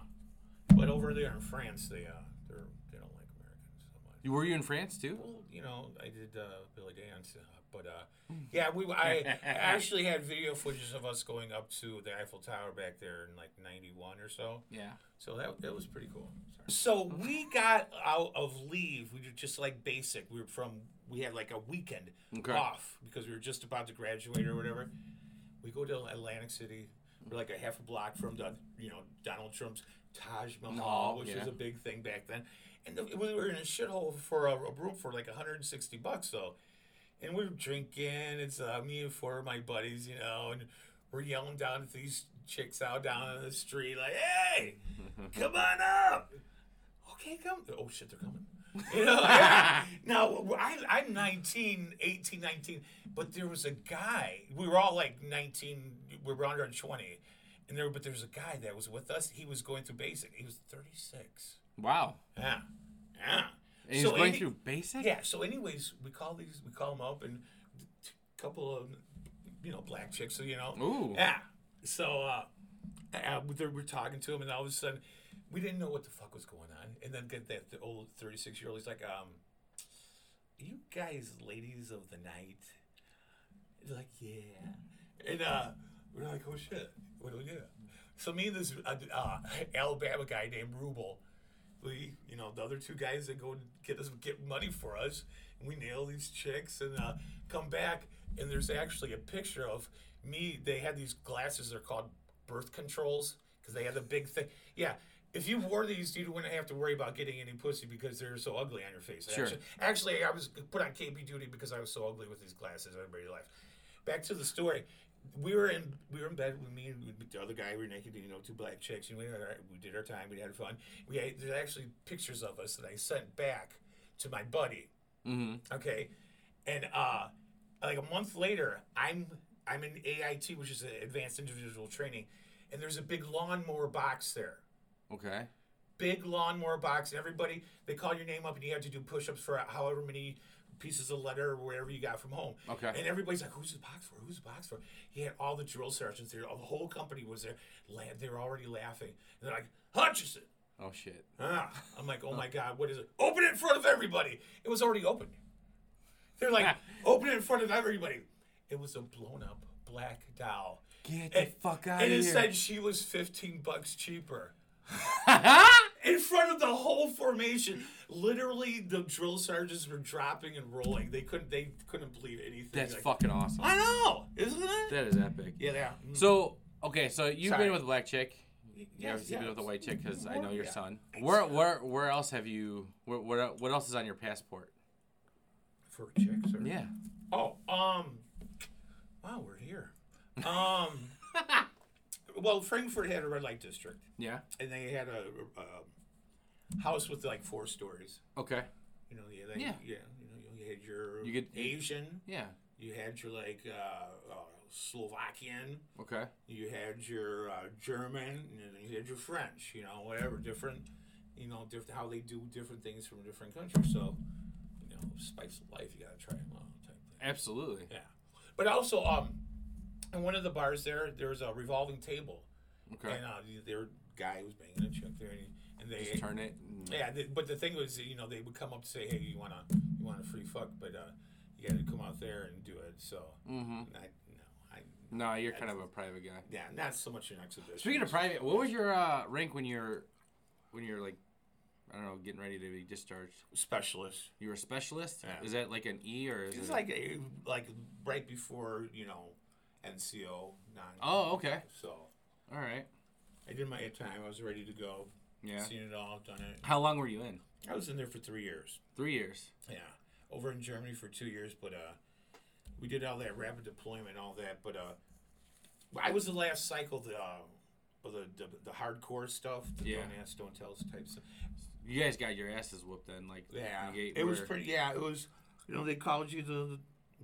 Speaker 1: but over there in France, they uh, they're they don't like Americans so much.
Speaker 2: You- Were you in France too?
Speaker 1: Well, you know, I did uh, Billy Dance, uh, but uh, yeah, we I, I actually had video footage of us going up to the Eiffel Tower back there in like '91 or so.
Speaker 2: Yeah.
Speaker 1: So that, that was pretty cool. So we got out of leave. We were just like basic. We were from we had like a weekend
Speaker 2: Okay.
Speaker 1: off because we were just about to graduate or whatever. We go to Atlantic City. We're like a half a block from the you know Donald Trump's Taj Mahal,
Speaker 2: No,
Speaker 1: which
Speaker 2: yeah.
Speaker 1: was a big thing back then. And the, we were in a shithole for a, a room for like 160 bucks though. And we're drinking. It's uh, me and four of my buddies, you know, and we're yelling down at these chicks out down on the street, like, "Hey, come on up!" Okay, come. Oh shit, they're coming. You know, now I, I'm 19, 18, 19, but there was a guy. We were all like 19. We were under 20, and there. But there was a guy that was with us. He was going through basic. He was 36.
Speaker 2: Wow.
Speaker 1: Yeah, yeah.
Speaker 2: And he's going
Speaker 1: any-
Speaker 2: through basic.
Speaker 1: yeah. So, anyways, we call these, we call them up, and a couple of, you know, black chicks. So you know,
Speaker 2: Ooh.
Speaker 1: yeah. So, uh, uh, we- we're talking to him, and all of a sudden, we didn't know what the fuck was going on. And then get that the old thirty-six year old. He's like, um, "You guys, ladies of the night." They're like, "Yeah," and uh, we're like, "Oh shit, what do we do?" So me and this uh, uh, Alabama guy named Rubel we, you know, the other two guys that go and get us get money for us, and we nail these chicks and uh, come back, and there's actually a picture of me. They had these glasses. They're called birth controls because they had the big thing. Yeah. If you wore these, you wouldn't have to worry about getting any pussy because they're so ugly on your face.
Speaker 2: Sure.
Speaker 1: Actually, actually, I was put on KB duty because I was so ugly with these glasses. Everybody laughed. Back to the story. We were in we were in bed with me and with the other guy. We were naked, you know, two black chicks, and we had our, we did our time. We had fun. We had, there's actually pictures of us that I sent back to my buddy. Mm-hmm. Okay, and uh, like a month later, I'm I'm in AIT, which is Advanced Individual Training, and there's a big lawnmower box there
Speaker 2: Okay.
Speaker 1: big lawnmower box. Everybody, they call your name up and you have to do push ups for however many pieces of letter or wherever you got from home.
Speaker 2: Okay.
Speaker 1: And everybody's like, who's the box for? Who's the box for? He had all the drill sergeants there. The whole company was there. La- They were already laughing. And they're like, Hutchison.
Speaker 2: Oh shit.
Speaker 1: Ah. I'm like, oh my God, what is it? Open it in front of everybody. It was already open. They're like, open it in front of everybody. It was a blown up black doll.
Speaker 2: Get the
Speaker 1: And-
Speaker 2: fuck out of
Speaker 1: And
Speaker 2: here.
Speaker 1: it said she was 15 bucks cheaper. In front of the whole formation, literally the drill sergeants were dropping and rolling. They couldn't. They couldn't believe anything.
Speaker 2: That's
Speaker 1: Like,
Speaker 2: fucking awesome.
Speaker 1: I know, isn't it?
Speaker 2: That is epic.
Speaker 1: Yeah, Mm. yeah.
Speaker 2: So okay, so you've
Speaker 1: Sorry.
Speaker 2: been with a black chick.
Speaker 1: Yes,
Speaker 2: You obviously been
Speaker 1: yes.
Speaker 2: with a white chick because I know your
Speaker 1: Yeah.
Speaker 2: son. Where where where else have you? Where, where what else is on your passport?
Speaker 1: For chicks, or
Speaker 2: Yeah.
Speaker 1: Oh, um, wow, we're here. Um, well, Frankfurt had a red light district,
Speaker 2: Yeah.
Speaker 1: and they had a, a house with like four stories.
Speaker 2: Okay.
Speaker 1: You know, yeah, they, yeah,
Speaker 2: Yeah.
Speaker 1: you know, you had your
Speaker 2: You get-
Speaker 1: Asian,
Speaker 2: Yeah.
Speaker 1: you had your like uh, uh, Slovakian,
Speaker 2: Okay.
Speaker 1: you had your uh, German, and then you had your French. You know, whatever different, you know, different how they do different things from different countries. So, you know, spice of life, you gotta try them out. Type thing.
Speaker 2: Absolutely.
Speaker 1: Yeah, but also um, in one of the bars there, there was a revolving table,
Speaker 2: Okay.
Speaker 1: and uh, their guy was banging a chick there, and, and they
Speaker 2: Just turn it. and-
Speaker 1: yeah, th but the thing was, you know, they would come up to say, "Hey, you wanna, you want a free fuck?" But uh, you got to come out there and do it. So,
Speaker 2: Mm-hmm.
Speaker 1: I, no, I,
Speaker 2: No, you're kind of a private guy.
Speaker 1: yeah, not so much an exhibition.
Speaker 2: Speaking of private, what was your uh, rank when you're when you're like I don't know, getting ready to be discharged?
Speaker 1: specialist,
Speaker 2: You were a specialist?
Speaker 1: Yeah.
Speaker 2: Is that like an E or is
Speaker 1: it's
Speaker 2: it a-
Speaker 1: like a, like right before you know, NCO nine.
Speaker 2: Oh, okay.
Speaker 1: So
Speaker 2: All right.
Speaker 1: I did my time. I was ready to go.
Speaker 2: Yeah.
Speaker 1: Seen it all, done it.
Speaker 2: How long were you in?
Speaker 1: I was in there for three years.
Speaker 2: 3 years.
Speaker 1: Yeah, over in Germany for two years, but uh, we did all that rapid deployment, and all that. But uh, I was the last cycle to uh, Well, the, the the hardcore stuff, the
Speaker 2: Yeah.
Speaker 1: don't ask, don't tell type stuff.
Speaker 2: You guys got your asses whooped then, like
Speaker 1: Yeah,
Speaker 2: you get
Speaker 1: it was
Speaker 2: where-
Speaker 1: pretty. Yeah, it was. You know, they called you the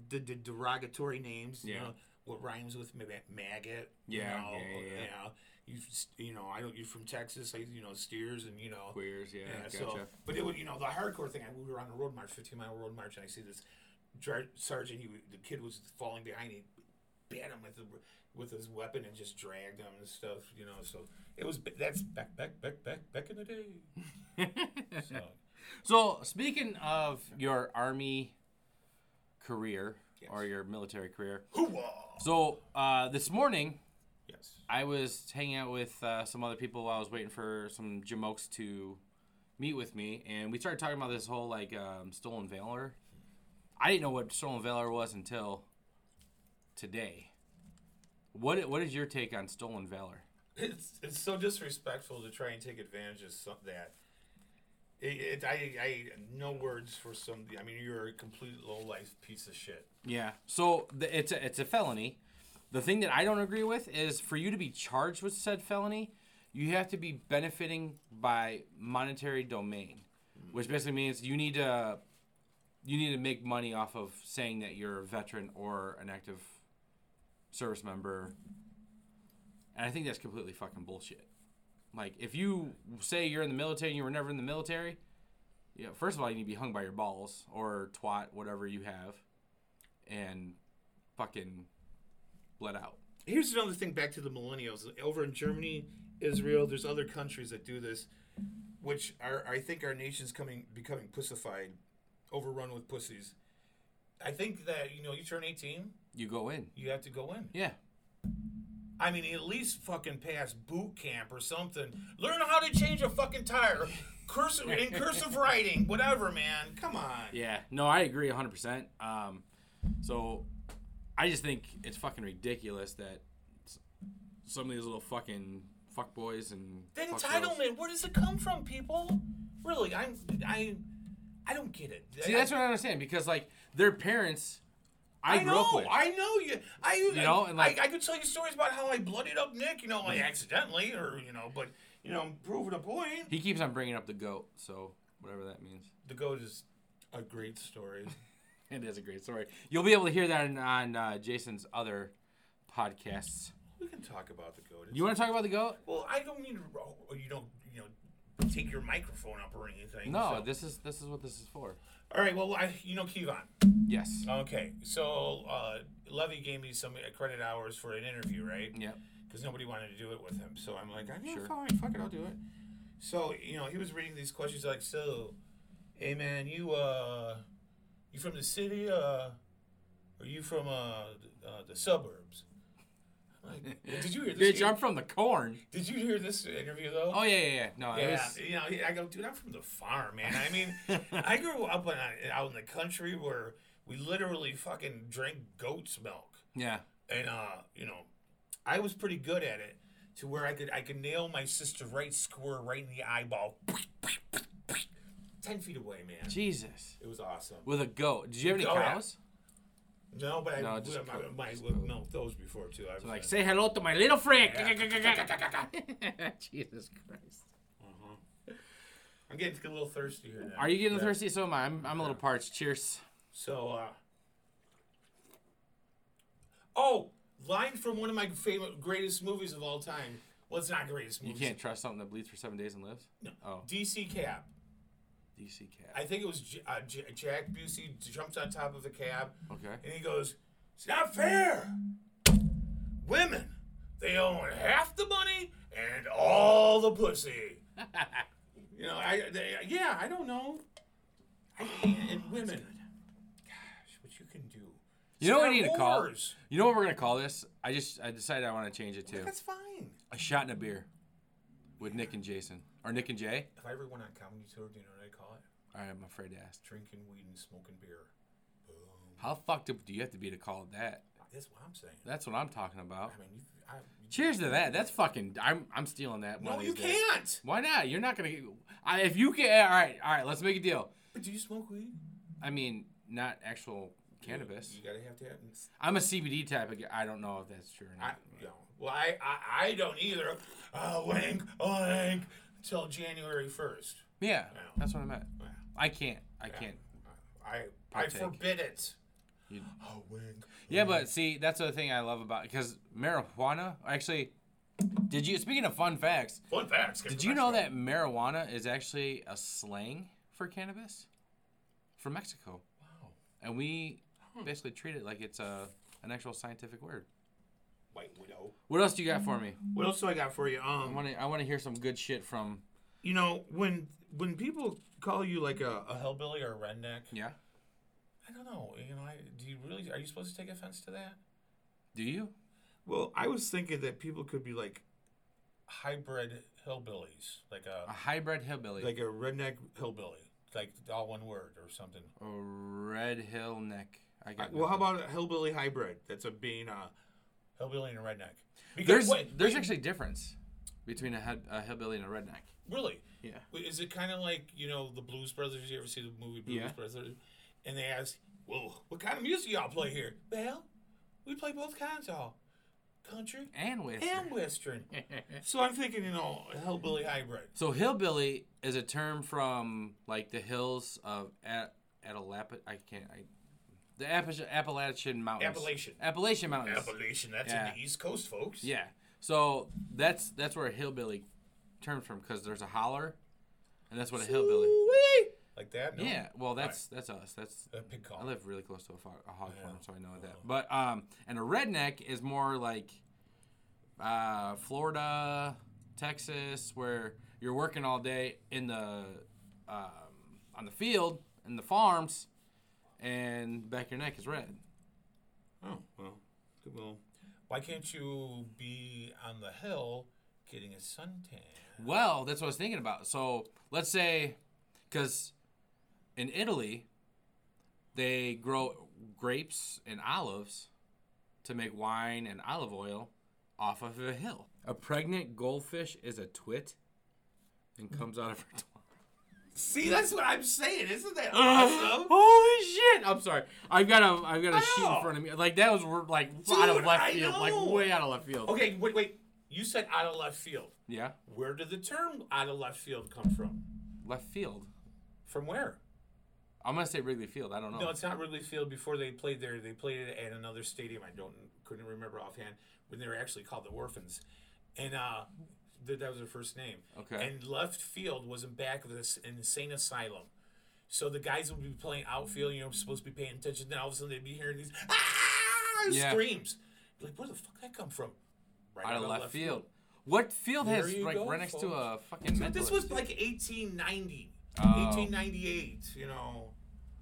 Speaker 1: the, the derogatory names. You
Speaker 2: Yeah.
Speaker 1: know, what rhymes with ma- maggot?
Speaker 2: Yeah,
Speaker 1: You know,
Speaker 2: yeah, yeah, yeah.
Speaker 1: You, know, you s- you know, I don't. You're from Texas, like you know, steers and you know.
Speaker 2: queers. Yeah,
Speaker 1: Yeah,
Speaker 2: gotcha.
Speaker 1: so, but it would, you know, the hardcore thing. I, we were on a road march, fifteen mile road march, and I see this dr- sergeant. He, w- the kid was falling behind. He bit him with the, with his weapon and just dragged him and stuff. You know, so it was. b- That's back, back, back, back, back in the day. so
Speaker 2: So speaking of your army career or your military career,
Speaker 1: hoo-wah!
Speaker 2: so uh, this morning
Speaker 1: Yes.
Speaker 2: I was hanging out with uh, some other people while I was waiting for some jamokes to meet with me, and we started talking about this whole like um, stolen valor. I didn't know what stolen valor was until today. What i- what is your take on stolen valor?
Speaker 1: It's, it's so disrespectful to try and take advantage of some, that. It, it, I, I no words for some. I mean, you're a complete low life piece of shit.
Speaker 2: Yeah. So the, it's a, it's a felony. The thing that I don't agree with is for you to be charged with said felony, you have to be benefiting by monetary domain, which basically means you need to you need to make money off of saying that you're a veteran or an active service member. And I think that's completely fucking bullshit. Like if you say you're in the military and you were never in the military, yeah, first of all you need to be hung by your balls or twat whatever you have and fucking bled out.
Speaker 1: Here's another thing back to the millennials. Over in Germany, Israel, there's other countries that do this, which are I think our nation's coming becoming pussified, overrun with pussies. I think that you know you turn 18,
Speaker 2: You go in.
Speaker 1: you have to go in.
Speaker 2: Yeah.
Speaker 1: I mean, at least fucking pass boot camp or something. Learn how to change a fucking tire, cursive in cursive writing, whatever, man. Come on.
Speaker 2: Yeah. No, I agree 100%. Um, so I just think it's fucking ridiculous that s- some of these little fucking fuckboys and
Speaker 1: The
Speaker 2: fuckgirls-
Speaker 1: entitlement, where does it come from, people? Really, I'm I, I don't get it.
Speaker 2: See, that's what I don't understand because like their parents I,
Speaker 1: I
Speaker 2: grew up
Speaker 1: know,
Speaker 2: with.
Speaker 1: I know you. I you
Speaker 2: know, and like-
Speaker 1: I, I could tell you stories about how I blooded up Nick, you know, like accidentally, or you know, but you know, proving a point.
Speaker 2: he keeps on bringing up the goat, so whatever that means.
Speaker 1: The goat is a great story.
Speaker 2: It is a great story. You'll be able to hear that on, on uh, Jason's other podcasts.
Speaker 1: we can talk about the goat. It's-
Speaker 2: You want to talk about the goat?
Speaker 1: well, I don't mean to. ro- oh, You don't. You know, take your microphone up or anything.
Speaker 2: No,
Speaker 1: so-
Speaker 2: this is this is what this is for.
Speaker 1: All right. Well, I, you know, Kevon.
Speaker 2: Yes.
Speaker 1: Okay. So uh, Levy gave me some credit hours for an interview, right?
Speaker 2: Yep.
Speaker 1: because nobody wanted to do it with him. So I'm like, I'm
Speaker 2: Mm. Sure.
Speaker 1: sure. fine, fuck it, I'll do it. So you know, he was reading these questions like, so, hey man, you uh, you from the city? Uh, are you from uh, the- uh the suburbs? I'm Like, did you hear this?
Speaker 2: Bitch, I'm from the corn.
Speaker 1: Did you hear this interview though?
Speaker 2: Oh yeah, yeah, yeah. No, it
Speaker 1: Yeah,
Speaker 2: was
Speaker 1: you know, I go, dude, I'm from the farm, man. I mean, I grew up on, out in the country where we literally fucking drank goat's milk
Speaker 2: yeah.
Speaker 1: and uh, you know, I was pretty good at it to where I could I could nail my sister right square right in the eyeball, ten feet away, man.
Speaker 2: Jesus,
Speaker 1: It was awesome.
Speaker 2: with a goat. Did you have any
Speaker 1: Oh, yeah.
Speaker 2: cows?
Speaker 1: No, but I
Speaker 2: No,
Speaker 1: no,
Speaker 2: just
Speaker 1: I,
Speaker 2: cook-
Speaker 1: might
Speaker 2: just
Speaker 1: have
Speaker 2: cook.
Speaker 1: milked those before too. I was
Speaker 2: Like,
Speaker 1: uh,
Speaker 2: say hello to my little friend.
Speaker 1: Yeah.
Speaker 2: Jesus Christ.
Speaker 1: I'm getting a little thirsty here now.
Speaker 2: Are you getting
Speaker 1: Yeah.
Speaker 2: thirsty? So am I. I'm, I'm a little parched. Cheers.
Speaker 1: So, uh, oh, line from one of my favorite greatest movies of all time. Well, it's not greatest
Speaker 2: You
Speaker 1: movies.
Speaker 2: can't trust something that bleeds for seven days and lives.
Speaker 1: No.
Speaker 2: Oh,
Speaker 1: DC Cap.
Speaker 2: DC cat.
Speaker 1: I think it was J- uh, J- Jack Busey jumps on top of the cab.
Speaker 2: Okay.
Speaker 1: And he goes, It's not fair. Women, they own half the money and all the pussy. you know, I, they, yeah, I don't know. I, and women, gosh, what you can do.
Speaker 2: You know what I
Speaker 1: They're
Speaker 2: need to call?
Speaker 1: whores.
Speaker 2: You know what we're gonna call this? I just I decided I want to change it to
Speaker 1: That's fine.
Speaker 2: a shot and a beer with Nick and Jason or Nick and Jay.
Speaker 1: If I ever went on comedy tour, do you know what I call it?
Speaker 2: All right, I'm afraid to ask.
Speaker 1: Drinking weed and smoking beer. Boom.
Speaker 2: How fucked up do you have to be to call it that?
Speaker 1: That's what I'm saying.
Speaker 2: That's what I'm talking about.
Speaker 1: I mean, you, I, you-
Speaker 2: Cheers to that. That's fucking. I'm I'm stealing that. one
Speaker 1: no,
Speaker 2: of
Speaker 1: you
Speaker 2: these days.
Speaker 1: can't.
Speaker 2: Why not? You're not gonna. Get, I, if you can. All right, all right. Let's make a deal.
Speaker 1: But do you smoke weed?
Speaker 2: I mean, not actual cannabis.
Speaker 1: You gotta have to have.
Speaker 2: I'm a CBD type of guy. I don't know if that's true or
Speaker 1: I,
Speaker 2: not.
Speaker 1: you know, Well, I, I, I don't either. Uh, wink, wink, till January 1st.
Speaker 2: Yeah,
Speaker 1: Yeah.
Speaker 2: that's what I meant. I can't. I can't.
Speaker 1: I, I
Speaker 2: Partake.
Speaker 1: forbid it.
Speaker 2: You-
Speaker 1: Oh, wink.
Speaker 2: Yeah, but see, that's the thing I love about because marijuana. Actually, did you? Speaking of fun facts,
Speaker 1: Fun facts.
Speaker 2: did you know that marijuana is actually a slang for cannabis from Mexico,
Speaker 1: Wow.
Speaker 2: and we basically treat it like it's a an actual scientific word.
Speaker 1: White Widow.
Speaker 2: What else do you got for me?
Speaker 1: What else do I got for you?
Speaker 2: I
Speaker 1: Um,
Speaker 2: want to I want to hear some good shit from.
Speaker 1: you know when when people call you like a, a hillbilly or a redneck,
Speaker 2: Yeah.
Speaker 1: I don't know. You know, I, do you really? Are you supposed to take offense to that?
Speaker 2: Do you?
Speaker 1: Well, I was thinking that people could be like hybrid hillbillies, like
Speaker 2: A
Speaker 1: a
Speaker 2: hybrid hillbilly.
Speaker 1: Uh, like a redneck hillbilly, like all one word or something.
Speaker 2: a red hill neck. I
Speaker 1: Uh,
Speaker 2: got.
Speaker 3: Well, how
Speaker 2: nothing.
Speaker 3: about a hillbilly hybrid? That's a being uh,
Speaker 1: Hillbilly and a redneck. Because
Speaker 2: There's
Speaker 1: what-
Speaker 2: there's
Speaker 1: wait,
Speaker 2: actually difference between a, head, a hillbilly and a redneck.
Speaker 1: really.
Speaker 3: Yeah.
Speaker 1: Wait, Is it kind of like you know the Blues Brothers? You ever see the movie Blues
Speaker 2: Yeah.
Speaker 1: Brothers? And they ask, "Well, what kind of music y'all play here?" Well, we play both kinds, y'all. Country
Speaker 2: And with.
Speaker 1: and western. so I'm thinking, you know, hillbilly hybrid.
Speaker 2: So hillbilly is a term from like the hills of at Atalapa. I can't. I, the Appalachian, Appalachian Mountains.
Speaker 1: Appalachian.
Speaker 2: Appalachian Mountains.
Speaker 1: Appalachian. That's
Speaker 2: Yeah.
Speaker 1: in the East Coast, folks.
Speaker 2: yeah. So that's that's where a hillbilly terms from because there's a holler, and that's what a hillbilly.
Speaker 1: Like that. No?
Speaker 2: Yeah. Well, that's that's us. That's
Speaker 1: A pig
Speaker 2: I
Speaker 1: call.
Speaker 2: live really close to a, fo- a hog farm, so I know that. But um, and a redneck is more like uh, Florida, Texas, where you're working all day in the um, on the field in the farms, and the back of your neck is red.
Speaker 3: oh well, good little.
Speaker 1: Why can't you be on the hill getting a suntan?
Speaker 2: Well, that's what I was thinking about. So let's say, because in Italy, they grow grapes and olives to make wine and olive oil off of a hill. A pregnant goldfish is a twit and comes out of her twat.
Speaker 1: See, that's what I'm saying. Isn't that awesome?
Speaker 2: Holy shit! I'm sorry. I've got a I've got a sheet in
Speaker 1: know.
Speaker 2: front of me. Like that was like out of
Speaker 1: Dude,
Speaker 2: left
Speaker 1: I
Speaker 2: field,
Speaker 1: know.
Speaker 2: like way out of left field.
Speaker 1: Okay, wait, wait. You said out of left field.
Speaker 2: Yeah,
Speaker 1: Where did the term out of left field come from?
Speaker 2: left field.
Speaker 1: From where?
Speaker 2: I'm gonna say Wrigley Field. I don't know.
Speaker 1: No, it's not Wrigley Field. Before they played there, they played it at another stadium. I don't couldn't remember offhand when they were actually called the Orphans, and uh, th- that was their first name.
Speaker 2: Okay.
Speaker 1: And left field was in back of this insane asylum. So the guys would be playing outfield. You know, supposed to be paying attention. Then all of a sudden they'd be hearing these ah!
Speaker 2: Yeah.
Speaker 1: screams. Like where the fuck that come from? Right
Speaker 2: out of left, field. What field
Speaker 1: There
Speaker 2: has
Speaker 1: you
Speaker 2: like
Speaker 1: go,
Speaker 2: right next to a
Speaker 1: folks.
Speaker 2: fucking
Speaker 1: Dude, this
Speaker 2: mentalist?
Speaker 1: was like 1890,
Speaker 2: Oh.
Speaker 1: 1898. You know.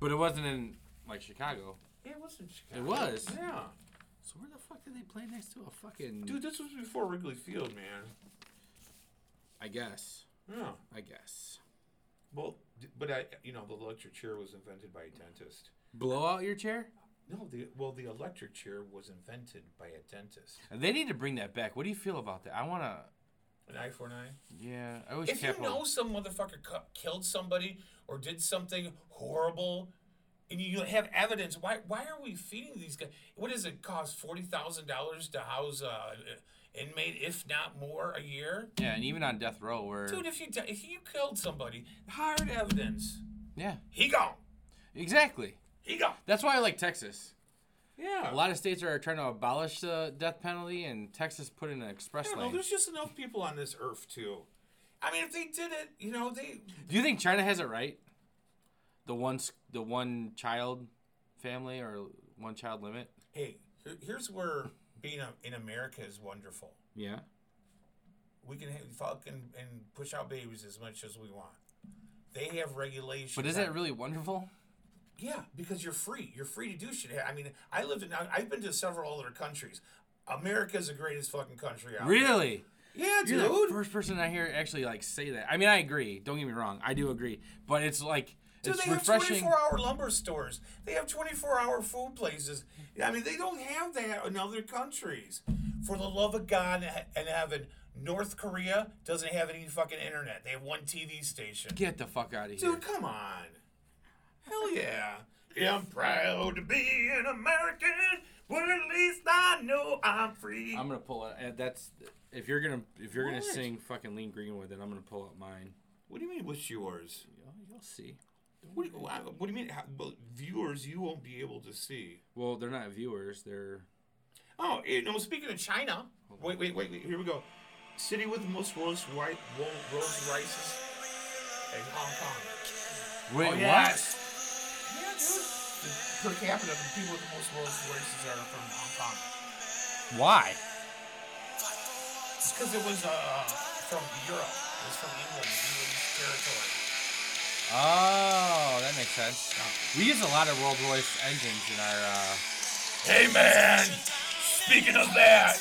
Speaker 2: but it wasn't in like Chicago.
Speaker 1: Yeah, it was in Chicago.
Speaker 2: It was.
Speaker 1: Yeah.
Speaker 2: So where the fuck did they play next to a fucking?
Speaker 1: Dude, this was before Wrigley Field, man.
Speaker 2: I guess.
Speaker 1: Yeah.
Speaker 2: I guess.
Speaker 1: Well, d- but I, you know, the electric chair was invented by a dentist.
Speaker 2: Blow out your chair.
Speaker 1: No, the well, the electric chair was invented by a dentist.
Speaker 2: They need to bring that back. What do you feel about that? I wanna.
Speaker 1: An eye for an eye.
Speaker 2: Yeah, I wish
Speaker 1: If you
Speaker 2: Capo.
Speaker 1: know some motherfucker cu- killed somebody or did something horrible, and you have evidence, why why are we feeding these guys? What does it cost? Forty thousand dollars to house a inmate, if not more, a year.
Speaker 2: yeah, and even on death row, where
Speaker 1: Dude, if you di- if you killed somebody, hard evidence.
Speaker 2: yeah,
Speaker 1: He gone.
Speaker 2: exactly.
Speaker 1: He gone.
Speaker 2: That's why I like Texas.
Speaker 1: Yeah.
Speaker 2: A lot of states are trying to abolish the death penalty, and Texas put in an express
Speaker 1: I don't know.
Speaker 2: lane.
Speaker 1: There's just enough people on this earth too. I mean, if they did it, you know, they.
Speaker 2: Do you think China has it right? The one, s- the one child family or one child limit?
Speaker 1: Hey, here- here's where being a, in America is wonderful.
Speaker 2: Yeah.
Speaker 1: We can have, fucking and push out babies as much as we want. They have regulations.
Speaker 2: But is
Speaker 1: on-
Speaker 2: that really wonderful?
Speaker 1: Yeah, because you're free. You're free to do shit. I mean, I lived in. I- I've been to several other countries. America's the greatest fucking country out. there.
Speaker 2: Really?
Speaker 1: Yeah,
Speaker 2: You're
Speaker 1: dude.
Speaker 2: the first person I hear actually like say that. I mean, I agree. Don't get me wrong. I do agree. But it's like
Speaker 1: Dude,
Speaker 2: it's
Speaker 1: they
Speaker 2: refreshing.
Speaker 1: have 24 hour lumber stores. They have 24 hour food places. I mean, they don't have that in other countries. For the love of God and heaven, North Korea doesn't have any fucking internet. They have one TV station.
Speaker 2: Get the fuck out of here.
Speaker 1: Dude, come on. Hell yeah. I'm proud to be an American.
Speaker 3: Well, at least I know I'm free.
Speaker 2: I'm gonna pull it. uh, That's if you're gonna if you're gonna
Speaker 3: What?
Speaker 2: sing fucking Lean Greenwood, then I'm gonna pull out mine.
Speaker 3: what do you mean? What's yours?
Speaker 2: You'll, you'll see.
Speaker 3: What
Speaker 1: What do you, wha- what do you mean? How, well,
Speaker 3: viewers, you won't be able to see.
Speaker 2: Well, they're not viewers. They're
Speaker 1: oh, you know, speaking of China, wait, wait, wait, wait. Here we go. City with the most Rolls Royce, Rolls Royces in Hong Kong.
Speaker 2: wait.
Speaker 1: Oh, yes. Yeah, dude. The per capita, the people with the most Rolls Royces are from Hong Kong.
Speaker 2: what? Why?
Speaker 1: It's because it was uh, from Europe. It was from England, England territory.
Speaker 2: Oh, that makes sense. We use a lot of Rolls Royce engines in our. Uh,
Speaker 1: Hey man, speaking of that,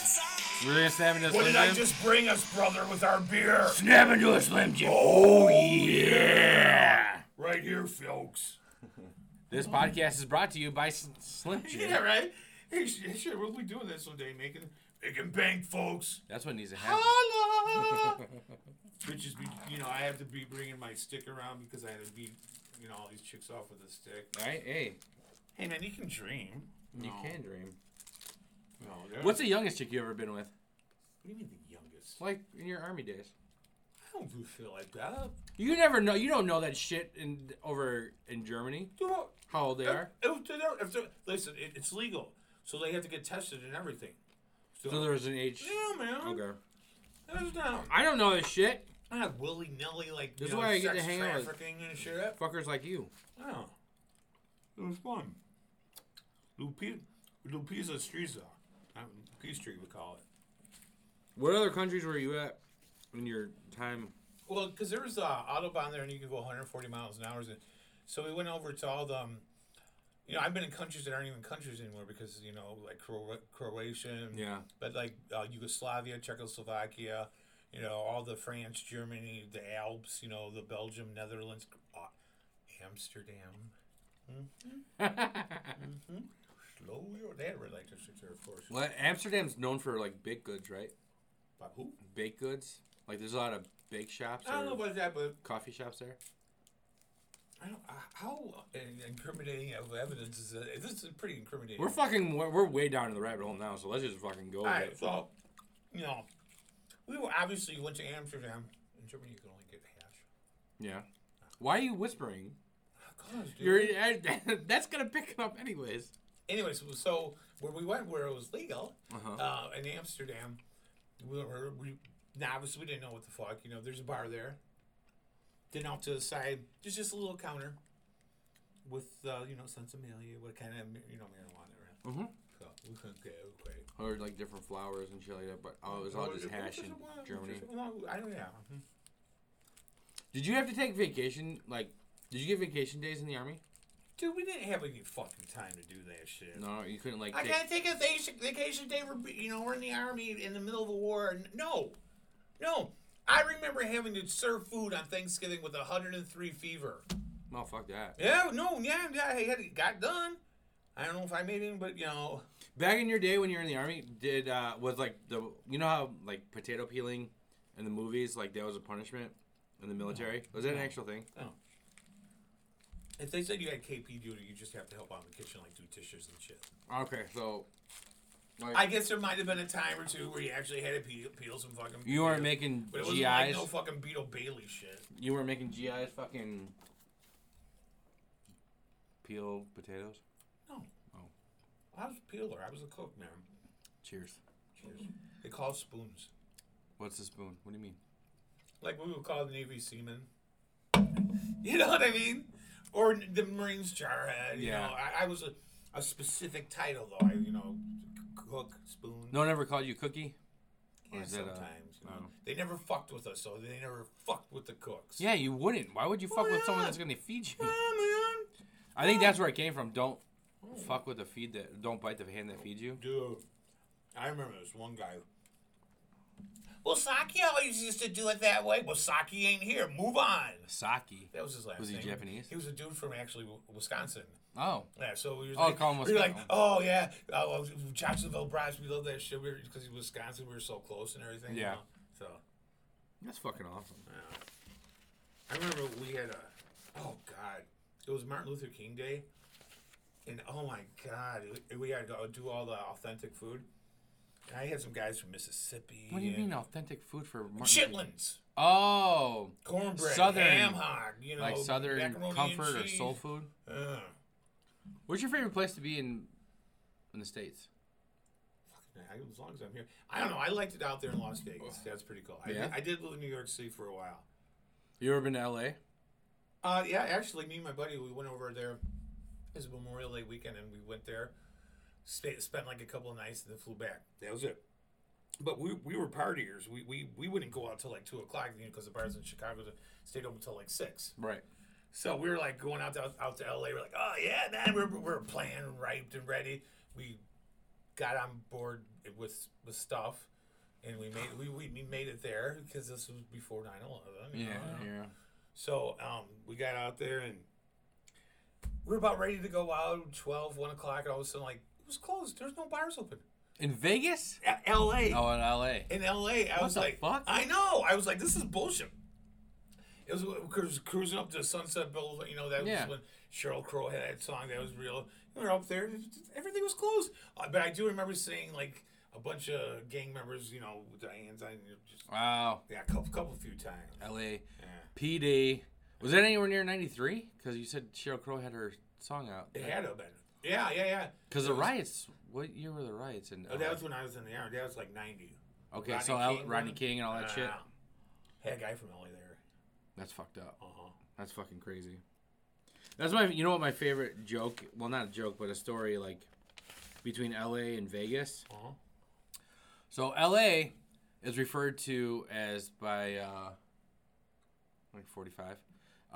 Speaker 2: we were gonna snap into a
Speaker 1: what
Speaker 2: Slim
Speaker 1: did I
Speaker 2: Jim?
Speaker 1: just bring us, brother, with our beer?
Speaker 2: snap into a Slim Jim? Oh yeah!
Speaker 1: Right here, folks.
Speaker 2: This podcast is brought to you by S- Slim Jim.
Speaker 1: Yeah, right? Hey, sh- hey, shit, we'll be doing this one day, making making bank, folks.
Speaker 2: That's what needs to happen.
Speaker 1: Holla! Bitches be, you know, I have to be bringing my stick around because I had to beat, you know, all these chicks off with a stick.
Speaker 2: All right, hey,
Speaker 1: Hey man, you can dream.
Speaker 2: you
Speaker 3: No.
Speaker 2: can dream.
Speaker 1: No, there-
Speaker 2: Oh, What's the youngest chick you ever been with?
Speaker 1: What do you mean the youngest?
Speaker 2: Like in your army days.
Speaker 1: I don't do feel like that.
Speaker 2: You never know. You don't know that shit in over in Germany.
Speaker 1: Dude, what-
Speaker 2: How old they
Speaker 1: If-
Speaker 2: are?
Speaker 1: If they don't, if they listen, it, it's legal, so they have to get tested and everything. So,
Speaker 2: So there's an age.
Speaker 1: yeah, man.
Speaker 2: Okay.
Speaker 1: That's not,
Speaker 2: I don't know this shit.
Speaker 1: not willy nilly like
Speaker 2: This
Speaker 1: you
Speaker 2: is
Speaker 1: know,
Speaker 2: why I get
Speaker 1: sex
Speaker 2: to hang out with-
Speaker 1: trafficking and shit.
Speaker 2: Fuckers like you.
Speaker 1: Oh,
Speaker 3: It was fun. Lupi, Lupisa Striza. Um, Peace tree, we call it.
Speaker 2: What other countries were you at in your time?
Speaker 1: well, because there was uh, autobahn there, and you could go 140 miles an hour. And so we went over to all the, um, you know, I've been in countries that aren't even countries anymore because you know, like Cro- Croatia, and-
Speaker 2: Yeah.
Speaker 1: but like uh, Yugoslavia, Czechoslovakia, you know, all the France, Germany, the Alps, you know, the Belgium, Netherlands, uh, Amsterdam. Hmm? Mm-hmm. Slowly, or they had relationships there, of course.
Speaker 2: Well, Amsterdam's known for like baked goods, right?
Speaker 1: By who?
Speaker 2: Baked goods. Like there's a lot of bake shops.
Speaker 1: I don't know
Speaker 2: or
Speaker 1: about that, but
Speaker 2: coffee shops there.
Speaker 1: I don't, uh, how in- incriminating of evidence is that? This is pretty incriminating.
Speaker 2: We're fucking. We're, we're way down in the rabbit hole now, so let's just fucking go.
Speaker 1: All
Speaker 2: with
Speaker 1: right,
Speaker 2: it.
Speaker 1: so you know, we were obviously went to Amsterdam. In Germany, you can only get hash.
Speaker 2: Yeah. Why are you whispering?
Speaker 1: God, Oh, dude.
Speaker 2: You're. that's gonna pick it up anyways.
Speaker 1: anyways, so where we went, where it was legal,
Speaker 2: Uh-huh.
Speaker 1: uh, in Amsterdam, we were we, novice. We didn't know what the fuck. You know, there's a bar there. Then off to the side, there's just a little counter with uh, you know sensimelia, what kind of you know marijuana. Right?
Speaker 2: Mhm.
Speaker 1: So, okay, okay.
Speaker 2: Or like different flowers and shit like that, but oh, it was all just hash in Germany. Mm-hmm.
Speaker 1: Well, I don't know.
Speaker 2: Did you have to take vacation? Like, did you get vacation days in the army?
Speaker 1: Dude, we didn't have any fucking time to do that shit.
Speaker 2: No, you couldn't like.
Speaker 1: I
Speaker 2: Take,
Speaker 1: gotta take a vac- vacation day. We're, you know, we're in the army in the middle of a war. and- No, no. I remember having to serve food on Thanksgiving with 103 fever.
Speaker 2: no, fuck that.
Speaker 1: Yeah, no, yeah, yeah. I had it got done. I don't know if I made it, but you know,
Speaker 2: Back in your day when you were in the army, did uh was like the you know how like potato peeling in the movies like that was a punishment in the military? Was that an actual thing?
Speaker 1: if they said you had KP duty, you just have to help out in the kitchen, like do dishes and shit.
Speaker 2: Okay, so like,
Speaker 1: I guess there might have been a time or two where you actually had to peel, peel some fucking.
Speaker 2: you weren't
Speaker 1: potatoes,
Speaker 2: making
Speaker 1: But it wasn't
Speaker 2: GIs.
Speaker 1: like no fucking Beetle Bailey shit.
Speaker 2: you weren't making GIs fucking peel potatoes.
Speaker 1: No.
Speaker 2: Oh.
Speaker 1: I was a peeler. I was a cook, man.
Speaker 2: Cheers.
Speaker 1: Cheers. They call us spoons.
Speaker 2: What's the spoon? What do you mean?
Speaker 1: Like we would call the Navy seamen. You know what I mean? Or the Marines jarhead. You
Speaker 2: Yeah.
Speaker 1: know, I, I was a, a specific title, though. I, you know, c- cook, spoon.
Speaker 2: No one ever called you cookie.
Speaker 1: Yeah,
Speaker 2: is it, uh,
Speaker 1: sometimes. you know.
Speaker 2: oh.
Speaker 1: They never fucked with us, though. They never fucked with the cooks.
Speaker 2: Yeah, you wouldn't. Why would you fuck
Speaker 1: Why
Speaker 2: with someone
Speaker 1: not?
Speaker 2: that's gonna feed you?
Speaker 1: Oh, man.
Speaker 2: I think that's where it came from. Don't fuck with the feed that. Don't bite the hand that feeds you.
Speaker 1: Dude, I remember this one guy. Well, Saki always used to do it that way. Well, Saki ain't here. Move on.
Speaker 2: Saki.
Speaker 1: That was his last
Speaker 2: Was he
Speaker 1: name.
Speaker 2: Japanese?
Speaker 1: He was a dude from actually Wi- Wisconsin.
Speaker 2: Oh,
Speaker 1: Yeah, so we were
Speaker 2: Oh,
Speaker 1: like,
Speaker 2: call him
Speaker 1: we were like,
Speaker 2: Wisconsin.
Speaker 1: oh yeah, oh, well, Jacksonville Bribes. We love that shit. We because he was Wisconsin. We were so close and everything. you
Speaker 2: Yeah.
Speaker 1: know? So
Speaker 2: that's fucking awesome.
Speaker 1: I remember we had a, oh god, it was Martin Luther King Day, and oh my god, we- we gotta go do all the authentic food. And I had some guys from Mississippi.
Speaker 2: What do you
Speaker 1: and-
Speaker 2: mean authentic food for Martin?
Speaker 1: Chitlins,
Speaker 2: Oh,
Speaker 1: cornbread,
Speaker 2: Southern-
Speaker 1: ham hock, you know,
Speaker 2: like Southern
Speaker 1: macaroni and
Speaker 2: comfort or
Speaker 1: cheese.
Speaker 2: soul food.
Speaker 1: Ugh.
Speaker 2: What's your favorite place to be in in the states?
Speaker 1: Fucking hell, As long as I'm here, I don't know. I liked it out there in Las Vegas. That's pretty cool. I,
Speaker 2: Yeah?
Speaker 1: I did live in New York City for a while.
Speaker 2: You ever been to L.A.?
Speaker 1: Uh, yeah, actually, me and my buddy, we went over there. It was Memorial Day weekend, and we went there, stay, spent like a couple of nights, and then flew back.
Speaker 3: That was it.
Speaker 1: But we, we were partiers. We, we we wouldn't go out till like two o'clock, you know, because the bars in Chicago stayed open till like six.
Speaker 2: Right.
Speaker 1: So we were like going out to out to L.A. We're like, oh yeah, man, we're we're planned, ripe and ready. We got on board with with stuff, and we made we, we we made it there because this was before 9-11.
Speaker 2: Yeah.
Speaker 1: you know?
Speaker 2: yeah.
Speaker 1: So um, we got out there and we are about ready to go out 12, 1 o'clock, and all of a sudden, like, it was closed. There's no bars open.
Speaker 2: In Vegas?
Speaker 1: A- LA.
Speaker 2: Oh, in L.A.
Speaker 1: In LA, I was
Speaker 2: the
Speaker 1: like,
Speaker 2: fuck?
Speaker 1: I know. I was like, this is bullshit. It was, we was cruising up to Sunset Boulevard. You know, that
Speaker 2: Yeah.
Speaker 1: was when Cheryl Crow had that song that was real. We were up there, and everything was closed. Uh, but I do remember seeing, like, a bunch of gang members, you know, with their hands on, you know, just,
Speaker 2: Wow.
Speaker 1: yeah, a couple, couple few times.
Speaker 2: L.A.
Speaker 1: Yeah.
Speaker 2: PD. Was that anywhere near '93? Because you said Cheryl Crow had her song out.
Speaker 1: It had open. Yeah, yeah, yeah.
Speaker 2: Because the
Speaker 1: It was-
Speaker 2: riots. What year were the riots in?
Speaker 1: Oh,
Speaker 2: LA?
Speaker 1: that was when I was in the army. That was like ninety.
Speaker 2: okay, so L- Rodney King and all that shit.
Speaker 1: Had a guy from LA there.
Speaker 2: That's fucked up.
Speaker 1: Uh huh.
Speaker 2: That's fucking crazy. That's my, you know what my favorite joke? Well, not a joke, but a story like between LA and Vegas.
Speaker 1: Uh huh.
Speaker 2: So LA is referred to as by uh, like 45.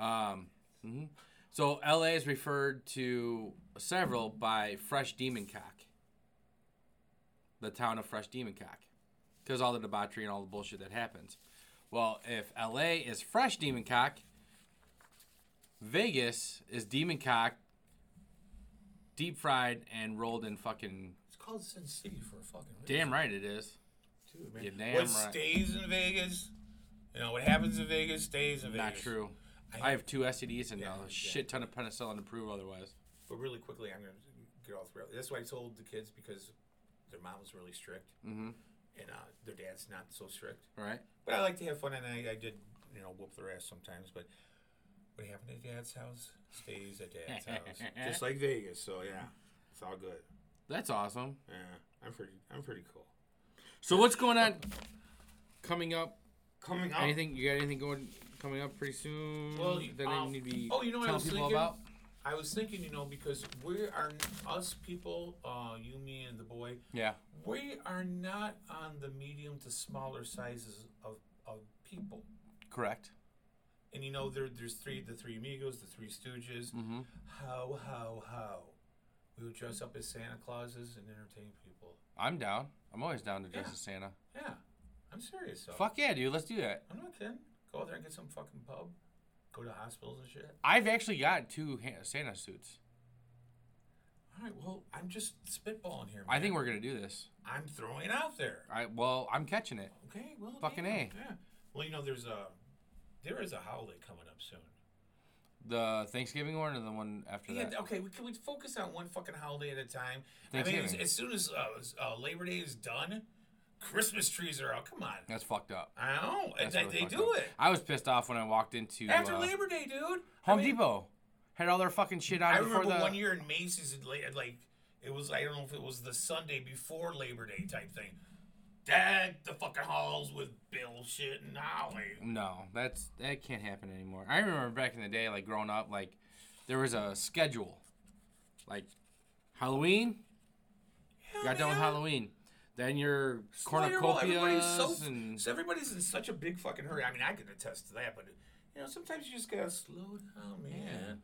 Speaker 2: Um, hmm So LA is referred to several by Fresh Demon Cock, the town of Fresh Demon Cock, because all the debauchery and all the bullshit that happens. Well, if LA is Fresh Demon Cock, Vegas is Demon Cock, deep fried and rolled in fucking.
Speaker 1: It's called Sin City for a fucking reason.
Speaker 2: Damn right it is.
Speaker 1: Dude, man.
Speaker 2: You're damn
Speaker 1: what
Speaker 2: right.
Speaker 1: stays in Vegas? You know what happens in Vegas stays in Vegas.
Speaker 2: Not true.
Speaker 1: I-
Speaker 2: I have two STDs and
Speaker 1: Yeah,
Speaker 2: a
Speaker 1: yeah.
Speaker 2: shit ton of penicillin to prove otherwise.
Speaker 1: But really quickly, I'm gonna get all through. That's why I told the kids because their mom was really strict,
Speaker 2: Mhm.
Speaker 1: and uh, their dad's not so strict.
Speaker 2: Right?
Speaker 1: But I like to have fun, and I, I did, you know, whoop their ass sometimes. But what happened at Dad's house stays at Dad's house, just like Vegas. So yeah, it's all good.
Speaker 2: That's awesome.
Speaker 1: Yeah, I'm pretty. I'm pretty cool.
Speaker 2: So what's going on coming up?
Speaker 1: Coming up.
Speaker 2: Anything you got anything going coming up pretty soon
Speaker 1: Well, you-
Speaker 2: that I
Speaker 1: um,
Speaker 2: need to be
Speaker 1: oh, you know what I
Speaker 2: telling
Speaker 1: was
Speaker 2: people
Speaker 1: thinking?
Speaker 2: about?
Speaker 1: I was thinking, you know, because we are us people, uh, you, me, and the boy.
Speaker 2: Yeah.
Speaker 1: We are not on the medium to smaller sizes of of people.
Speaker 2: Correct.
Speaker 1: And you know, there there's three the three amigos, the three Stooges.
Speaker 2: Mm-hmm.
Speaker 1: How how how? We would dress up as Santa Clauses and entertain people.
Speaker 2: I'm down. I'm always down to dress
Speaker 1: Yeah.
Speaker 2: as Santa.
Speaker 1: Yeah, I'm serious. Though.
Speaker 2: Fuck yeah, dude. Let's do that.
Speaker 1: I'm not kidding. Go out there and get some fucking pub. Go to hospitals and shit.
Speaker 2: I've actually got two ha- Santa suits.
Speaker 1: All right. Well, I'm just spitballing here. Man.
Speaker 2: I think we're gonna do this.
Speaker 1: I'm throwing it out there.
Speaker 2: I well, I'm catching it.
Speaker 1: Okay. Well.
Speaker 2: Fucking
Speaker 1: yeah,
Speaker 2: A.
Speaker 1: Yeah. Well, you know, there's a there is a holiday coming up soon.
Speaker 2: The Thanksgiving one or the one after
Speaker 1: Yeah.
Speaker 2: that?
Speaker 1: Okay. We can we focus on one fucking holiday at a time. I mean, as,
Speaker 2: Thanksgiving.
Speaker 1: as soon as uh, s- uh, Labor Day is done, Christmas trees are out. Come on.
Speaker 2: That's fucked up.
Speaker 1: I know.
Speaker 2: That's
Speaker 1: they
Speaker 2: really
Speaker 1: they
Speaker 2: fucked
Speaker 1: do
Speaker 2: up.
Speaker 1: it.
Speaker 2: I was pissed off when I walked into
Speaker 1: After
Speaker 2: uh,
Speaker 1: Labor Day, dude. I
Speaker 2: Home
Speaker 1: mean,
Speaker 2: Depot. Had all their fucking shit out
Speaker 1: I
Speaker 2: before
Speaker 1: remember
Speaker 2: the.
Speaker 1: one year in Macy's, it la- like it was. I don't know if it was the Sunday before Labor Day type thing. Deck the fucking halls with bullshit and holly.
Speaker 2: No, that's that can't happen anymore. I remember back in the day, like growing up, like there was a schedule, like Halloween. got done with
Speaker 1: man.
Speaker 2: Halloween, then your
Speaker 1: Later, well,
Speaker 2: cornucopias
Speaker 1: everybody's so,
Speaker 2: and
Speaker 1: so everybody's in such a big fucking hurry. I mean, I can attest to that, but you know, sometimes you just gotta slow down, man.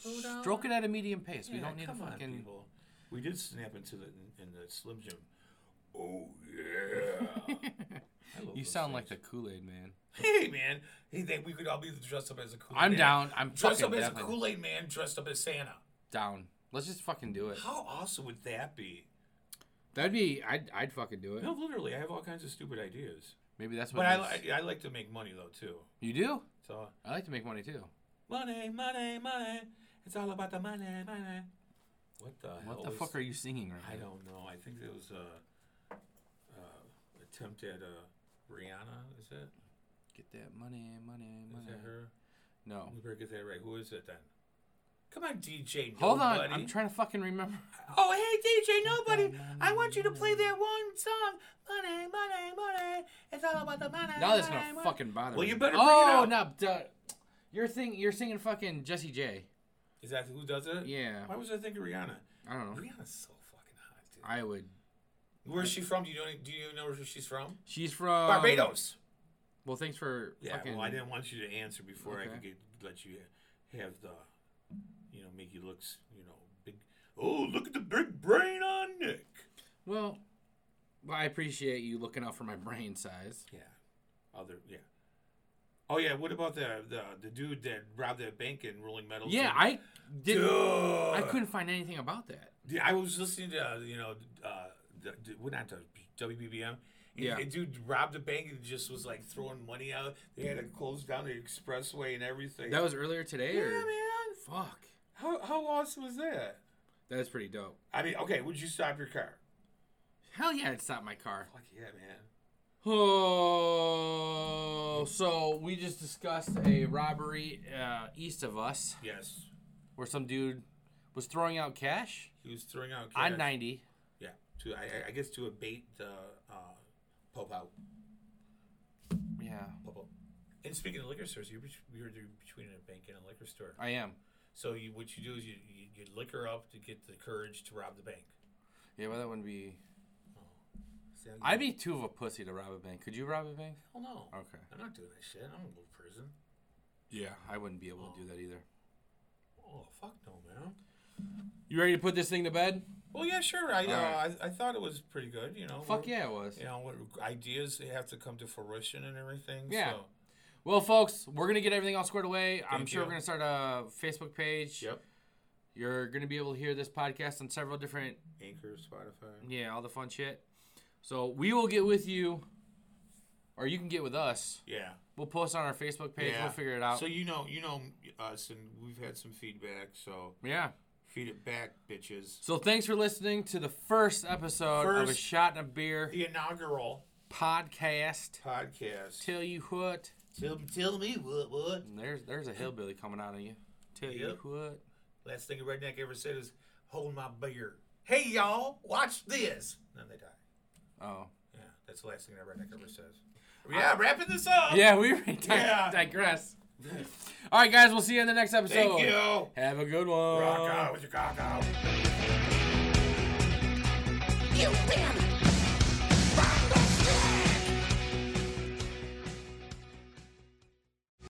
Speaker 1: Slow down.
Speaker 2: stroke it at a medium pace. we
Speaker 1: Yeah,
Speaker 2: don't need a
Speaker 1: come on,
Speaker 2: fucking.
Speaker 1: people. We did snap into the in the Slim Jim. Oh yeah. I love
Speaker 2: you
Speaker 1: those
Speaker 2: sound like the
Speaker 1: things.
Speaker 2: Kool Aid man.
Speaker 1: hey man. Hey, they, we could all be dressed up as a Kool Aid.
Speaker 2: I'm down. I'm
Speaker 1: Dressed up
Speaker 2: fucking
Speaker 1: as a
Speaker 2: definitely
Speaker 1: Kool Aid man, dressed up as Santa.
Speaker 2: down. Let's just fucking do it.
Speaker 1: How awesome would that be?
Speaker 2: That'd be. I'd. I'd fucking do it.
Speaker 1: No, literally, I have all kinds of stupid ideas.
Speaker 2: Maybe that's what.
Speaker 1: But I,
Speaker 2: it is.
Speaker 1: I, I like to make money though too.
Speaker 2: you do.
Speaker 1: So
Speaker 2: I like to make money too.
Speaker 1: money, money, money. It's all about the money, money. What the hell?
Speaker 2: What the
Speaker 1: was-
Speaker 2: fuck are you singing right
Speaker 1: I
Speaker 2: now?
Speaker 1: don't know. I think it was a uh, attempt at uh, Rihanna. Is it?
Speaker 2: Get that money, money, money.
Speaker 1: Is that her?
Speaker 2: Mm. No.
Speaker 1: We better get that right. Who is it then? Come on, DJ.
Speaker 2: Hold on.
Speaker 1: Nobody.
Speaker 2: I'm trying to fucking remember.
Speaker 1: Oh, hey, DJ Nobody, I want you to play that one song. Money, money, money. It's all about the money.
Speaker 2: Now that's gonna
Speaker 1: money, money.
Speaker 2: fucking bother
Speaker 1: Well,
Speaker 2: me.
Speaker 1: you better bring it
Speaker 2: Oh
Speaker 1: up.
Speaker 2: no, duh. you're thing. You're singing fucking Jesse J.
Speaker 1: Is that who does it?
Speaker 2: Yeah.
Speaker 1: Why was I thinking Rihanna?
Speaker 2: I don't know.
Speaker 1: Rihanna's so fucking hot, dude.
Speaker 2: I would.
Speaker 1: Where's she from? Do you know? any- Do you know where she's from?
Speaker 2: She's from
Speaker 1: Barbados.
Speaker 2: Well, thanks for
Speaker 1: Yeah.
Speaker 2: fucking.
Speaker 1: Well, I didn't want you to answer before I
Speaker 2: Okay.
Speaker 1: could get, let you have the, you know, make you look, s- you know, big. Oh, look at the big brain on Nick.
Speaker 2: Well, well, I appreciate you looking out for my brain size.
Speaker 1: Yeah. Other yeah. Oh yeah, what about the the, the dude that robbed that bank in Rolling Meadows?
Speaker 2: Yeah, I
Speaker 1: And-
Speaker 2: did. not
Speaker 1: Dude.
Speaker 2: I couldn't find anything about that.
Speaker 1: Dude, I was listening to uh, you know, uh, the, the, well, not the WBBM. And
Speaker 2: Yeah.
Speaker 1: the dude robbed a bank and just was like throwing money out. They had to close down the expressway and everything.
Speaker 2: That was earlier today,
Speaker 1: yeah,
Speaker 2: or
Speaker 1: man.
Speaker 2: fuck.
Speaker 1: How how awesome was that?
Speaker 2: That was pretty dope.
Speaker 1: I mean, okay, would you stop your car?
Speaker 2: Hell yeah, it stopped my car.
Speaker 1: Fuck yeah, man.
Speaker 2: Oh, so we just discussed a robbery uh, east of us
Speaker 1: Yes,
Speaker 2: where some dude was throwing out cash
Speaker 1: he was throwing out cash.
Speaker 2: on 90.
Speaker 1: Yeah, to I, I- I guess to abate the uh, pop out.
Speaker 2: Yeah,
Speaker 1: Bubble. And speaking of liquor stores, you're, bet- you're there between a bank and a liquor store.
Speaker 2: I am.
Speaker 1: So you, what you do is you, you, you liquor up to get the courage to rob the bank.
Speaker 2: Yeah, well, that wouldn't be.
Speaker 1: So
Speaker 2: I'd be Oh. too of a pussy to rob a bank. Could you rob a bank?
Speaker 1: Hell Oh, no.
Speaker 2: Okay.
Speaker 1: I'm not doing that shit. I'm gonna go to prison.
Speaker 2: Yeah, I wouldn't be able to do that either.
Speaker 1: Oh fuck no, man.
Speaker 2: You ready to put this thing to bed?
Speaker 1: Well, yeah, sure. I uh,
Speaker 2: Alright.
Speaker 1: I, I thought it was pretty good. You know.
Speaker 2: Fuck
Speaker 1: we're-
Speaker 2: yeah, it was.
Speaker 1: You know, what- ideas they have to come to fruition and everything.
Speaker 2: Yeah.
Speaker 1: So.
Speaker 2: Well, folks, we're gonna get everything all squared away. I'm
Speaker 1: Thank
Speaker 2: sure
Speaker 1: you.
Speaker 2: we're gonna start a Facebook page. You're gonna be able to hear this podcast on several different,
Speaker 1: Anchor, Spotify.
Speaker 2: yeah, all the fun shit. So we will get with you, or you can get with us.
Speaker 1: Yeah.
Speaker 2: We'll post on our Facebook page.
Speaker 1: yeah.
Speaker 2: We'll figure it out.
Speaker 1: So you know, you know us, and we've had some feedback. So
Speaker 2: yeah.
Speaker 1: feed it back, bitches.
Speaker 2: So thanks for listening to the first episode of a
Speaker 1: First-
Speaker 2: shot and a beer
Speaker 1: The inaugural
Speaker 2: podcast.
Speaker 1: podcast.
Speaker 2: Tell you what,
Speaker 1: Tell, tell me what what.
Speaker 2: there's there's a hillbilly coming out of you. Tell
Speaker 1: Yep.
Speaker 2: you what.
Speaker 1: Last thing a redneck ever said is, "Hold my beer." Hey y'all, watch this. Then they die.
Speaker 2: Oh.
Speaker 1: Yeah, that's the last thing a redneck ever says. Yeah, wrapping this up.
Speaker 2: Yeah, we already di-
Speaker 1: Yeah.
Speaker 2: digress. All right, guys, we'll see you in the next episode.
Speaker 1: Thank you.
Speaker 2: Have a good one.
Speaker 1: Rock out with your cock out.
Speaker 4: You win!